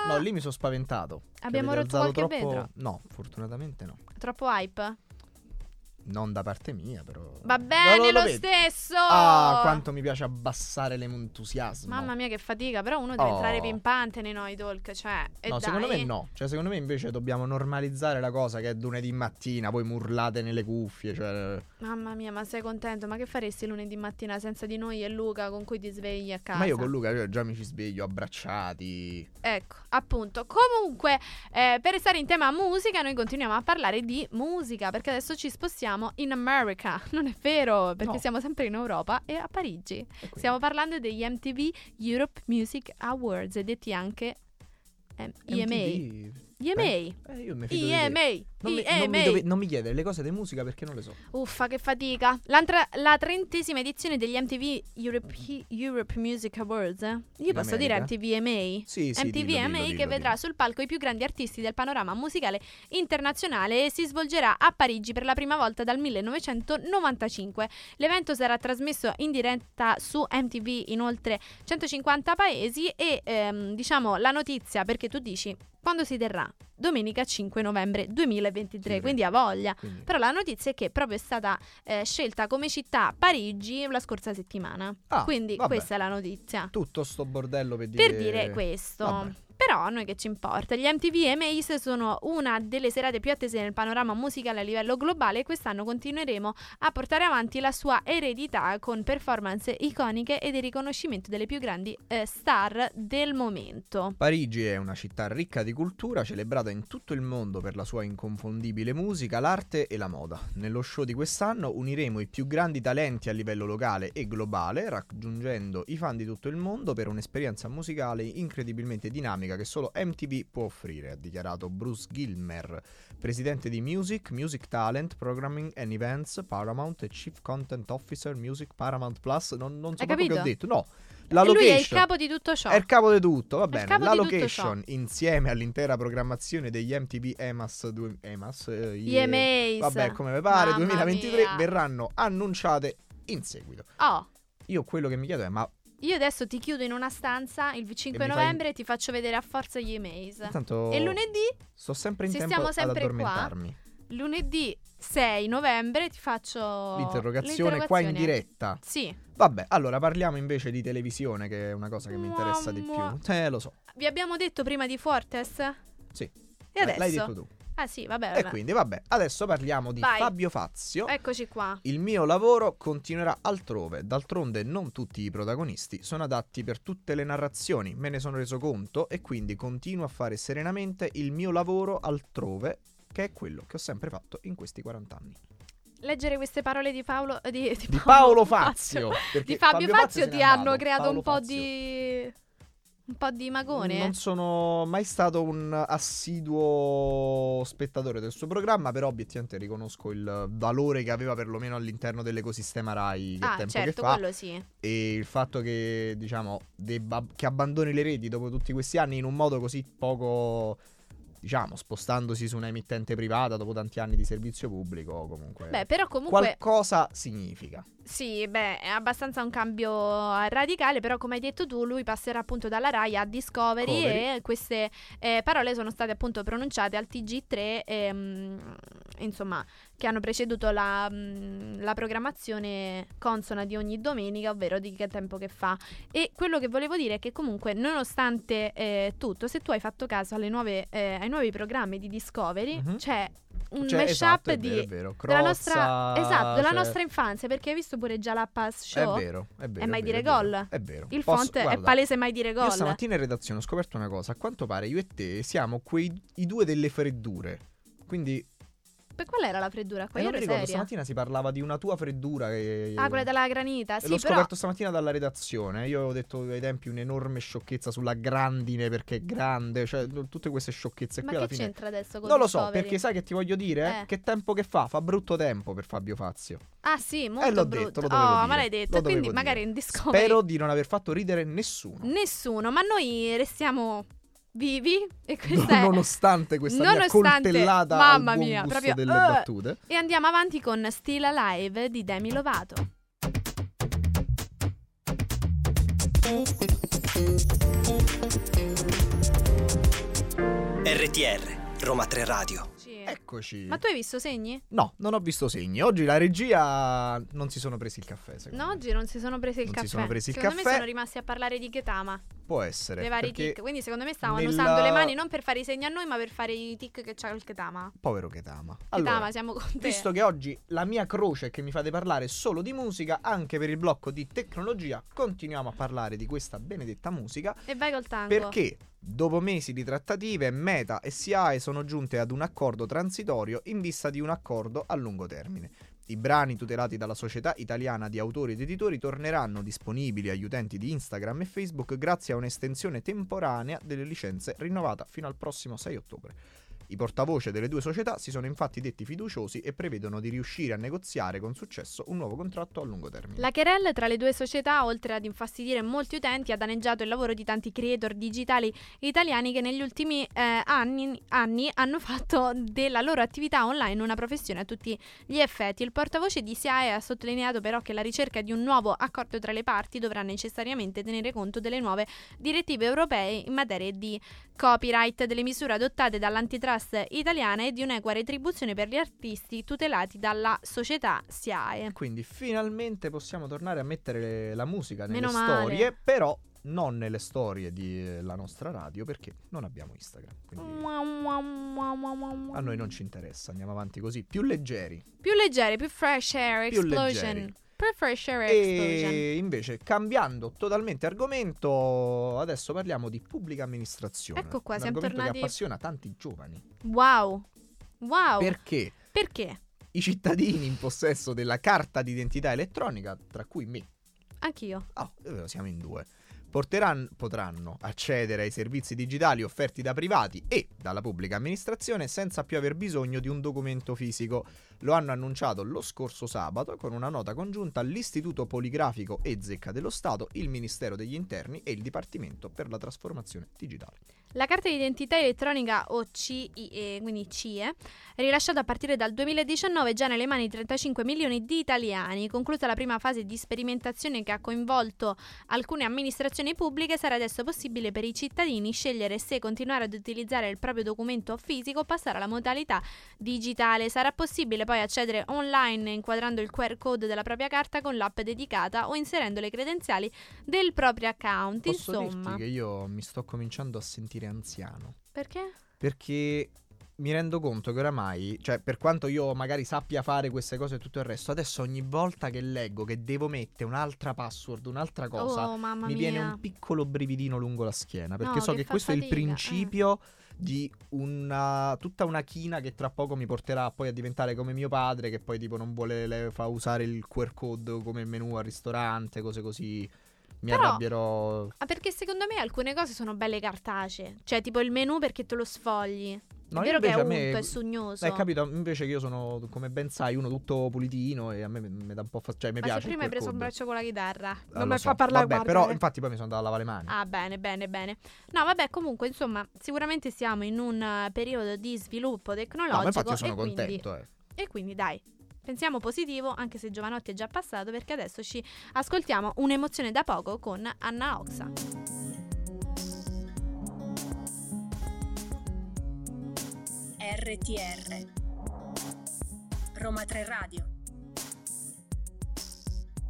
Speaker 2: No, lì mi sono spaventato. che
Speaker 1: Abbiamo
Speaker 2: avete
Speaker 1: rotto
Speaker 2: alzato
Speaker 1: qualche
Speaker 2: troppo...
Speaker 1: vetro.
Speaker 2: No, fortunatamente no.
Speaker 1: Troppo hype.
Speaker 2: Non da parte mia, però.
Speaker 1: Va
Speaker 2: No,
Speaker 1: bene lo,
Speaker 2: vedo.
Speaker 1: stesso.
Speaker 2: Ah, quanto mi piace abbassare l'entusiasmo.
Speaker 1: Mamma mia, che fatica. Però uno deve
Speaker 2: Oh.
Speaker 1: entrare pimpante nei noi talk. Cioè, e
Speaker 2: No,
Speaker 1: dai.
Speaker 2: secondo me no. Cioè, secondo me invece dobbiamo normalizzare la cosa che è lunedì mattina, voi murlate nelle cuffie, cioè...
Speaker 1: Mamma mia, ma sei contento? Ma che faresti lunedì mattina senza di noi e Luca con cui ti svegli a casa?
Speaker 2: Ma io con Luca cioè, già mi ci sveglio abbracciati.
Speaker 1: Ecco, appunto. Comunque, eh, per restare in tema musica, noi continuiamo a parlare di musica. Perché adesso ci spostiamo in America. Non è vero, perché
Speaker 2: No.
Speaker 1: siamo sempre in Europa e a Parigi.
Speaker 2: E quindi-
Speaker 1: Stiamo parlando degli MTV Europe Music Awards, detti anche eh, EMA.
Speaker 2: MTV.
Speaker 1: EMA.
Speaker 2: Eh, io mi fido di te.
Speaker 1: EMA.
Speaker 2: Non mi, non, mi
Speaker 1: EMA.
Speaker 2: dove- non mi chiedere le cose di musica perché non le so.
Speaker 1: Uffa, che fatica. L'antra- la trentesima edizione degli MTV Europe, Europe Music Awards. eh? Io
Speaker 2: In
Speaker 1: posso dire
Speaker 2: America?
Speaker 1: MTV EMA?
Speaker 2: Sì, sì.
Speaker 1: MTV
Speaker 2: dillo, dillo,
Speaker 1: EMA
Speaker 2: dillo,
Speaker 1: che
Speaker 2: dillo.
Speaker 1: vedrà sul palco i più grandi artisti del panorama musicale internazionale e si svolgerà a Parigi per la prima volta dal 1995. L'evento sarà trasmesso in diretta su MTV in oltre 150 paesi e ehm, diciamo la notizia perché tu dici quando si terrà? Domenica 5 novembre 2023,
Speaker 2: Sì,
Speaker 1: quindi a voglia.
Speaker 2: Quindi-
Speaker 1: Però la notizia è che proprio è stata eh, scelta come città Parigi la scorsa settimana.
Speaker 2: Ah,
Speaker 1: Quindi
Speaker 2: vabbè.
Speaker 1: questa è la notizia.
Speaker 2: Tutto sto bordello per dire...
Speaker 1: Per dire questo.
Speaker 2: Vabbè.
Speaker 1: Però Però a noi che ci importa, gli MTV EMAs sono una delle serate più attese nel panorama musicale a livello globale e quest'anno continueremo a portare avanti la sua eredità con performance iconiche e il riconoscimento delle più grandi eh, star del momento.
Speaker 2: Parigi è una città ricca di cultura, celebrata in tutto il mondo per la sua inconfondibile musica, l'arte e la moda. Nello show di quest'anno uniremo i più grandi talenti a livello locale e globale, raggiungendo i fan di tutto il mondo per un'esperienza musicale incredibilmente dinamica che solo MTV può offrire, ha dichiarato Bruce Gilmer, presidente di Music, Music Talent, Programming and Events, Paramount e Chief Content Officer Music Paramount Plus. Non, non so
Speaker 1: Hai
Speaker 2: proprio che ho
Speaker 1: capito?
Speaker 2: detto, no. La
Speaker 1: e lui è il
Speaker 2: location-
Speaker 1: capo di tutto ciò.
Speaker 2: è il capo di tutto, va
Speaker 1: il
Speaker 2: bene.
Speaker 1: capo
Speaker 2: La
Speaker 1: di tutto
Speaker 2: location insieme all'intera programmazione degli MTV EMAS, due- EMAS eh,
Speaker 1: Gli
Speaker 2: ie-
Speaker 1: EMAs.
Speaker 2: vabbè, come vi pare,
Speaker 1: Mamma
Speaker 2: 2023
Speaker 1: mia.
Speaker 2: verranno annunciate in seguito.
Speaker 1: Oh,
Speaker 2: Io quello che mi chiedo è ma
Speaker 1: io adesso ti chiudo in una stanza il 5
Speaker 2: E mi fai-
Speaker 1: novembre e ti faccio vedere a forza gli EMAs.
Speaker 2: tanto
Speaker 1: E lunedì
Speaker 2: sto sempre in
Speaker 1: se
Speaker 2: tempo
Speaker 1: stiamo sempre
Speaker 2: ad addormentarmi.
Speaker 1: lunedì 6 novembre ti faccio
Speaker 2: L'interrogazione qua in diretta.
Speaker 1: Sì,
Speaker 2: Vabbè, allora parliamo invece di televisione che è una cosa che mi interessa di
Speaker 1: Mamma.
Speaker 2: più. Eh, lo so.
Speaker 1: vi abbiamo detto prima di Fortes?
Speaker 2: Sì.
Speaker 1: E Eh, adesso?
Speaker 2: L'hai detto tu.
Speaker 1: Ah sì, vabbè,
Speaker 2: E
Speaker 1: vabbè.
Speaker 2: quindi vabbè, adesso parliamo di
Speaker 1: Vai. Ecco.
Speaker 2: Fabio Fazio.
Speaker 1: Eccoci qua.
Speaker 2: Il mio lavoro continuerà altrove, d'altronde non tutti i protagonisti sono adatti per tutte le narrazioni, me ne sono reso conto e quindi continuo a fare serenamente il mio lavoro altrove, che è quello che ho sempre fatto in questi 40 anni.
Speaker 1: Leggere queste parole di Paolo di, di
Speaker 2: Di
Speaker 1: Paolo
Speaker 2: Paolo Fazio! perché
Speaker 1: Di Fabio, Fazio,
Speaker 2: se n'è
Speaker 1: ti
Speaker 2: andato.
Speaker 1: hanno creato
Speaker 2: Paolo
Speaker 1: un po'
Speaker 2: Fazio.
Speaker 1: di un po' di magone.
Speaker 2: Non sono mai stato un assiduo spettatore del suo programma, però obiettivamente riconosco il valore che aveva perlomeno all'interno dell'ecosistema Rai che
Speaker 1: ah,
Speaker 2: tempo
Speaker 1: certo,
Speaker 2: che fa. Eh.
Speaker 1: quello sì.
Speaker 2: e il fatto che diciamo debba, che abbandoni le reti dopo tutti questi anni in un modo così poco diciamo spostandosi su una emittente privata dopo tanti anni di servizio pubblico comunque
Speaker 1: Beh, però comunque
Speaker 2: qualcosa significa
Speaker 1: Sì, beh, è abbastanza un cambio eh, radicale, però come hai detto tu, lui passerà appunto dalla Rai a Discovery
Speaker 2: Covery.
Speaker 1: e queste eh, parole sono state appunto pronunciate al TG3, ehm, insomma, che hanno preceduto la, mm, la programmazione consona di ogni domenica, ovvero di che tempo che fa. E quello che volevo dire è che comunque, nonostante eh, tutto, se tu hai fatto caso alle nuove, eh, ai nuovi programmi di Discovery,
Speaker 2: Mhm.
Speaker 1: c'è un
Speaker 2: Cioè,
Speaker 1: mashup
Speaker 2: esatto, è
Speaker 1: di
Speaker 2: vero, è vero.
Speaker 1: della
Speaker 2: Crozza,
Speaker 1: nostra, esatto, della
Speaker 2: cioè,
Speaker 1: nostra infanzia, perché hai visto pure già la pass show?
Speaker 2: è vero è vero
Speaker 1: mai
Speaker 2: è vero,
Speaker 1: dire
Speaker 2: è vero,
Speaker 1: gol.
Speaker 2: è vero
Speaker 1: Il
Speaker 2: Posso-
Speaker 1: font è
Speaker 2: guarda,
Speaker 1: palese mai dire
Speaker 2: io
Speaker 1: gol.
Speaker 2: stamattina in redazione ho scoperto una cosa a quanto pare io e te siamo quei i due delle freddure quindi
Speaker 1: Per qual era la freddura? Qua
Speaker 2: eh,
Speaker 1: io
Speaker 2: non mi
Speaker 1: ero
Speaker 2: ricordo
Speaker 1: seria.
Speaker 2: stamattina si parlava di una tua freddura che
Speaker 1: Ah, quella della granita.
Speaker 2: E
Speaker 1: Sì,
Speaker 2: l'ho
Speaker 1: però
Speaker 2: scoperto stamattina dalla redazione. Io avevo detto ai tempi un'enorme sciocchezza sulla grandine perché è grande, cioè no, tutte queste sciocchezze
Speaker 1: ma
Speaker 2: qui alla
Speaker 1: che
Speaker 2: fine.
Speaker 1: c'entra adesso con
Speaker 2: Non lo so,
Speaker 1: Discovery?
Speaker 2: perché sai che ti voglio dire?
Speaker 1: Eh.
Speaker 2: Che tempo che fa? Fa brutto tempo per Fabio Fazio.
Speaker 1: Ah, sì, molto
Speaker 2: Eh, l'ho
Speaker 1: brutto.
Speaker 2: detto, lo dovevo
Speaker 1: oh,
Speaker 2: dire,
Speaker 1: ma l'hai
Speaker 2: lo
Speaker 1: detto,
Speaker 2: dovevo
Speaker 1: quindi
Speaker 2: dire.
Speaker 1: magari in Discovery
Speaker 2: Spero di non aver fatto ridere nessuno.
Speaker 1: nessuno, ma noi restiamo vivi e questa è
Speaker 2: Nonostante questa mia
Speaker 1: Nonostante-
Speaker 2: coltellata
Speaker 1: mamma
Speaker 2: al buon
Speaker 1: mia,
Speaker 2: gusto
Speaker 1: proprio,
Speaker 2: delle
Speaker 1: eh.
Speaker 2: battute.
Speaker 1: E andiamo avanti con Still Alive di Demi Lovato.
Speaker 4: RTR Roma 3 Radio.
Speaker 2: Eccoci.
Speaker 1: eh. Ma tu hai visto segni?
Speaker 2: No, non ho visto segni. Oggi la regia non si sono presi il caffè, secondo
Speaker 1: No,
Speaker 2: me.
Speaker 1: oggi non si sono presi il
Speaker 2: Non si
Speaker 1: caffè.
Speaker 2: sono presi il
Speaker 1: Secondo me
Speaker 2: caffè.
Speaker 1: sono rimasti a parlare di Ghetama,
Speaker 2: Può essere.
Speaker 1: dei vari
Speaker 2: perché-
Speaker 1: tic. Quindi secondo me stavano
Speaker 2: nella-
Speaker 1: usando le mani non per fare i segni a noi, ma per fare i tic che c'ha il Ghetama.
Speaker 2: Povero Ketama.
Speaker 1: Ghetama,
Speaker 2: Allora,
Speaker 1: siamo con te.
Speaker 2: Visto che oggi la mia croce è che mi fate parlare solo di musica, anche per il blocco di tecnologia, continuiamo a parlare di questa benedetta musica
Speaker 1: E vai col tango.
Speaker 2: perché dopo mesi di trattative Meta e SIAE sono giunte ad un accordo transitorio in vista di un accordo a lungo termine. I brani tutelati dalla Società Italiana di Autori ed Editori torneranno disponibili agli utenti di Instagram e Facebook grazie a un'estensione temporanea delle licenze rinnovata fino al prossimo 6 ottobre. I portavoce delle due società si sono infatti detti fiduciosi e prevedono di riuscire a negoziare con successo un nuovo contratto a lungo termine.
Speaker 1: La querella tra le due società, oltre ad infastidire molti utenti, ha danneggiato il lavoro di tanti creator digitali italiani che negli ultimi eh, anni, anni hanno fatto della loro attività online una professione a tutti gli effetti. Il portavoce di SIAE ha sottolineato però che la ricerca di un nuovo accordo tra le parti dovrà necessariamente tenere conto delle nuove direttive europee in materia di copyright, delle misure adottate dall'antitrust italiana e di un'equa retribuzione per gli artisti tutelati dalla società SIAE.
Speaker 2: Quindi finalmente possiamo tornare a mettere le- la musica nelle
Speaker 1: Meno male.
Speaker 2: storie, però non nelle storie della nostra radio perché non abbiamo Instagram. Quindi a
Speaker 1: A
Speaker 2: noi non ci interessa, andiamo avanti così, più leggeri.
Speaker 1: Più leggeri, più fresh air
Speaker 2: Più
Speaker 1: explosion.
Speaker 2: leggeri.
Speaker 1: Più fresh air explosion.
Speaker 2: E invece, cambiando totalmente argomento, adesso parliamo di pubblica amministrazione.
Speaker 1: Ecco qua,
Speaker 2: un
Speaker 1: siamo
Speaker 2: argomento
Speaker 1: tornati-
Speaker 2: che appassiona tanti giovani.
Speaker 1: Wow. Wow.
Speaker 2: Perché
Speaker 1: Perché?
Speaker 2: i cittadini in possesso della carta d'identità elettronica, tra cui me,
Speaker 1: Anch'io.
Speaker 2: Ah, è vero, siamo in due. Porteranno, potranno accedere ai servizi digitali offerti da privati e dalla pubblica amministrazione senza più aver bisogno di un documento fisico. Lo hanno annunciato lo scorso sabato con una nota congiunta all'Istituto Poligrafico e Zecca dello Stato, il Ministero degli Interni e il Dipartimento per la Trasformazione Digitale.
Speaker 1: La carta d'identità elettronica o CIE, quindi CIE, rilasciata a partire dal 2019 già nelle mani di 35 milioni di italiani, conclusa la prima fase di sperimentazione che ha coinvolto alcune amministrazioni pubbliche, sarà adesso possibile per i cittadini scegliere se continuare ad utilizzare il proprio documento fisico o passare alla modalità digitale. Sarà possibile poi accedere online inquadrando il QR code della propria carta con l'app dedicata o inserendo le credenziali del proprio account.
Speaker 2: Posso
Speaker 1: Insomma,
Speaker 2: dirti che io mi sto cominciando a sentire anziano.
Speaker 1: perché?
Speaker 2: perché mi rendo conto che oramai, cioè per quanto io magari sappia fare queste cose e tutto il resto, adesso ogni volta che leggo che devo mettere un'altra password, un'altra cosa,
Speaker 1: Oh, mamma
Speaker 2: mi
Speaker 1: mia.
Speaker 2: viene un piccolo brividino lungo la schiena, perché
Speaker 1: No,
Speaker 2: so
Speaker 1: che
Speaker 2: che,
Speaker 1: fa
Speaker 2: questo è il
Speaker 1: fatica, eh.
Speaker 2: principio di una tutta una china che tra poco mi porterà poi a diventare come mio padre che poi tipo non vuole le- fa usare il QR code come menu al ristorante, cose così. Mi
Speaker 1: Però-
Speaker 2: arrabbierò.
Speaker 1: Ah, perché secondo me alcune cose sono belle cartacee. Cioè, tipo il menu perché te lo sfogli.
Speaker 2: No,
Speaker 1: è vero
Speaker 2: io
Speaker 1: che è
Speaker 2: invece a
Speaker 1: unto,
Speaker 2: me-
Speaker 1: è sognoso.
Speaker 2: Beh, capito, invece che io sono, come ben sai, uno tutto pulitino e a me mi dà un po' fastidio, cioè mi
Speaker 1: Ma se
Speaker 2: piace.
Speaker 1: prima hai
Speaker 2: il
Speaker 1: preso un
Speaker 2: QR code.
Speaker 1: braccio con la chitarra.
Speaker 2: Ah,
Speaker 5: Non
Speaker 2: lo
Speaker 5: mi
Speaker 2: so.
Speaker 5: fa parlare,
Speaker 2: Vabbè,
Speaker 5: guarda,
Speaker 2: però
Speaker 5: eh.
Speaker 2: infatti poi mi sono andato a lavare le mani.
Speaker 1: Ah, bene, bene, bene. No, vabbè, comunque, insomma, sicuramente siamo in un eh, periodo di sviluppo tecnologico.
Speaker 2: no, ma infatti io sono
Speaker 1: e quindi-
Speaker 2: contento, eh.
Speaker 1: e quindi, dai, pensiamo positivo, anche se Giovanotti è già passato, perché adesso ci ascoltiamo un'emozione da poco con Anna Oxa.
Speaker 3: RTR Roma 3 Radio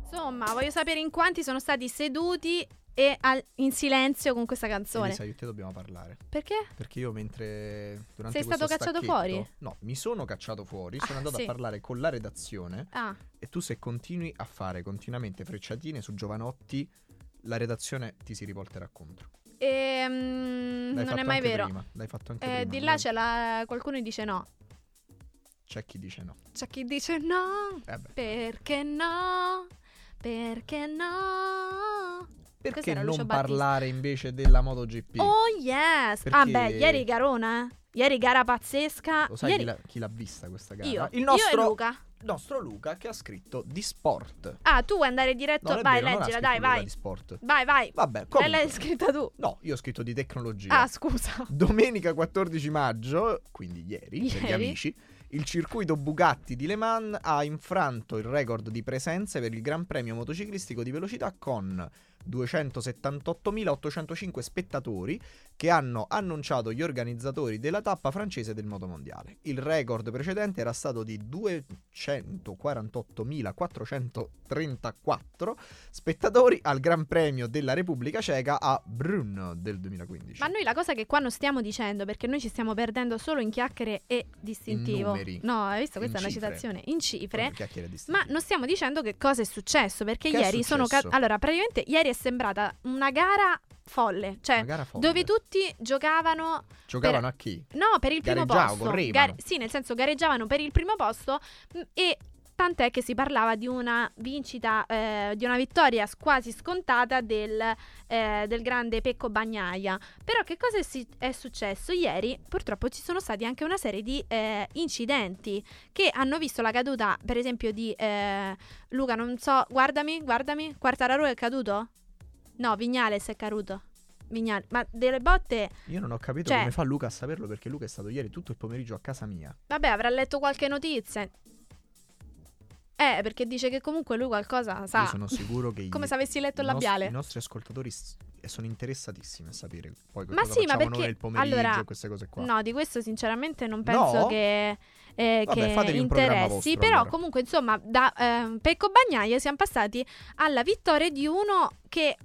Speaker 1: Insomma, voglio sapere in quanti sono stati seduti e al- in silenzio con questa canzone.
Speaker 2: Elisa, io e te dobbiamo parlare.
Speaker 1: Perché?
Speaker 2: Perché io mentre durante
Speaker 1: Sei stato
Speaker 2: questo
Speaker 1: cacciato
Speaker 2: stacchetto-
Speaker 1: fuori?
Speaker 2: No, mi sono cacciato fuori, sono
Speaker 1: Ah,
Speaker 2: andato
Speaker 1: sì.
Speaker 2: a parlare con la redazione
Speaker 1: Ah,
Speaker 2: e tu se continui a fare continuamente frecciatine su Giovanotti, la redazione ti si rivolterà contro.
Speaker 1: ehm,
Speaker 2: L'hai
Speaker 1: non
Speaker 2: fatto
Speaker 1: è mai
Speaker 2: anche
Speaker 1: vero.
Speaker 2: prima, L'hai fatto anche
Speaker 1: Eh,
Speaker 2: prima.
Speaker 1: di là
Speaker 2: no?
Speaker 1: c'è la... qualcuno che dice no.
Speaker 2: C'è chi dice no.
Speaker 1: C'è chi dice no.
Speaker 2: Eh beh.
Speaker 1: Perché no? Perché no? Questo
Speaker 2: Perché
Speaker 1: era Lucio
Speaker 2: non
Speaker 1: Battista.
Speaker 2: parlare invece della MotoGP?
Speaker 1: Oh yes! Ah
Speaker 2: Perché-
Speaker 1: beh, ieri Garona, eh. Ieri gara pazzesca.
Speaker 2: Lo sai
Speaker 1: ieri...
Speaker 2: chi l'ha, chi l'ha vista questa gara?
Speaker 1: Io.
Speaker 2: Il nostro,
Speaker 1: Io e Luca.
Speaker 2: il nostro Luca che ha scritto di sport.
Speaker 1: Ah, tu vuoi andare diretto?
Speaker 2: No, non è
Speaker 1: vai,
Speaker 2: vero, non ha
Speaker 1: leggila,
Speaker 2: scritto
Speaker 1: dai,
Speaker 2: Luca
Speaker 1: vai.
Speaker 2: Di sport.
Speaker 1: Vai, vai.
Speaker 2: Vabbè,
Speaker 1: Eh,
Speaker 2: comunque.
Speaker 1: L'hai scritta tu.
Speaker 2: No, io ho scritto di tecnologia.
Speaker 1: Ah, scusa.
Speaker 2: Domenica 14 maggio, quindi ieri, per gli
Speaker 1: Ieri.
Speaker 2: amici, il circuito Bugatti di Le Mans ha infranto il record di presenze per il Gran Premio motociclistico di velocità con 278.805 spettatori che hanno annunciato gli organizzatori della tappa francese del motomondiale. Il record precedente era stato di 248.434 spettatori al Gran Premio della Repubblica Ceca a Brno del 2015.
Speaker 1: Ma noi la cosa che qua non stiamo dicendo, perché noi ci stiamo perdendo solo in chiacchiere e distintivo.
Speaker 2: numeri.
Speaker 1: no, hai visto questa
Speaker 2: In
Speaker 1: è una
Speaker 2: cifre.
Speaker 1: citazione in cifre.
Speaker 2: Proprio chiacchiere distintive.
Speaker 1: Ma non stiamo dicendo che cosa è successo, perché
Speaker 2: Che è
Speaker 1: ieri sono
Speaker 2: successo?
Speaker 1: ca- allora, praticamente ieri è sembrata una gara folle,
Speaker 2: Una
Speaker 1: cioè
Speaker 2: gara folle.
Speaker 1: dove tutti giocavano
Speaker 2: giocavano a chi?
Speaker 1: No, per il primo
Speaker 2: Gareggiavo,
Speaker 1: posto.
Speaker 2: correvano.
Speaker 1: sì, nel senso gareggiavano per il primo posto mh, e tant'è che si parlava di una vincita, eh, di una vittoria s- quasi scontata del, eh, del grande Pecco Bagnaia. Però che cosa è, si- è successo? Ieri purtroppo ci sono stati anche una serie di eh, incidenti che hanno visto la caduta, per esempio, di eh, Luca, non so, guardami, guardami, Quartararo è caduto? No, Vignales è caduto. Vignales, ma delle botte...
Speaker 2: Io non ho capito
Speaker 1: Cioè-
Speaker 2: come fa Luca a saperlo perché Luca è stato ieri tutto il pomeriggio a casa mia.
Speaker 1: Vabbè, avrà letto qualche notizia. Eh, perché dice che comunque lui qualcosa sa.
Speaker 2: Io sono sicuro che i-
Speaker 1: Come se avessi letto
Speaker 2: i
Speaker 1: il
Speaker 2: nostri-
Speaker 1: labiale.
Speaker 2: I nostri ascoltatori s- sono interessatissimi a sapere poi
Speaker 1: Ma
Speaker 2: cosa
Speaker 1: sì, ma
Speaker 2: facciamo
Speaker 1: perché-
Speaker 2: noi nel pomeriggio
Speaker 1: allora,
Speaker 2: e queste cose qua.
Speaker 1: No, di questo sinceramente non penso
Speaker 2: No?
Speaker 1: che, eh,
Speaker 2: Vabbè,
Speaker 1: che
Speaker 2: fatevi un programma
Speaker 1: interessi.
Speaker 2: vostro,
Speaker 1: però
Speaker 2: allora.
Speaker 1: comunque, insomma, da ehm, Pecco Bagnaia siamo passati alla vittoria di uno che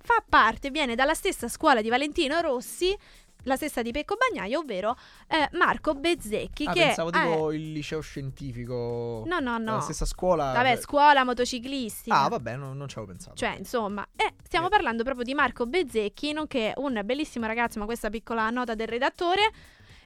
Speaker 1: fa parte, viene dalla stessa scuola di Valentino Rossi, la stessa di Pecco Bagnaio, ovvero eh, Marco Bezzecchi.
Speaker 2: Ah,
Speaker 1: che
Speaker 2: pensavo
Speaker 1: è-
Speaker 2: tipo il liceo scientifico.
Speaker 1: No, no, no.
Speaker 2: La stessa scuola. Cioè
Speaker 1: Vabbè, scuola motociclisti.
Speaker 2: Ah, vabbè, non, non ci avevo pensato.
Speaker 1: Cioè, insomma, eh, stiamo
Speaker 2: Sì.
Speaker 1: parlando proprio di Marco Bezzecchi, nonché un bellissimo ragazzo, ma questa piccola nota del redattore.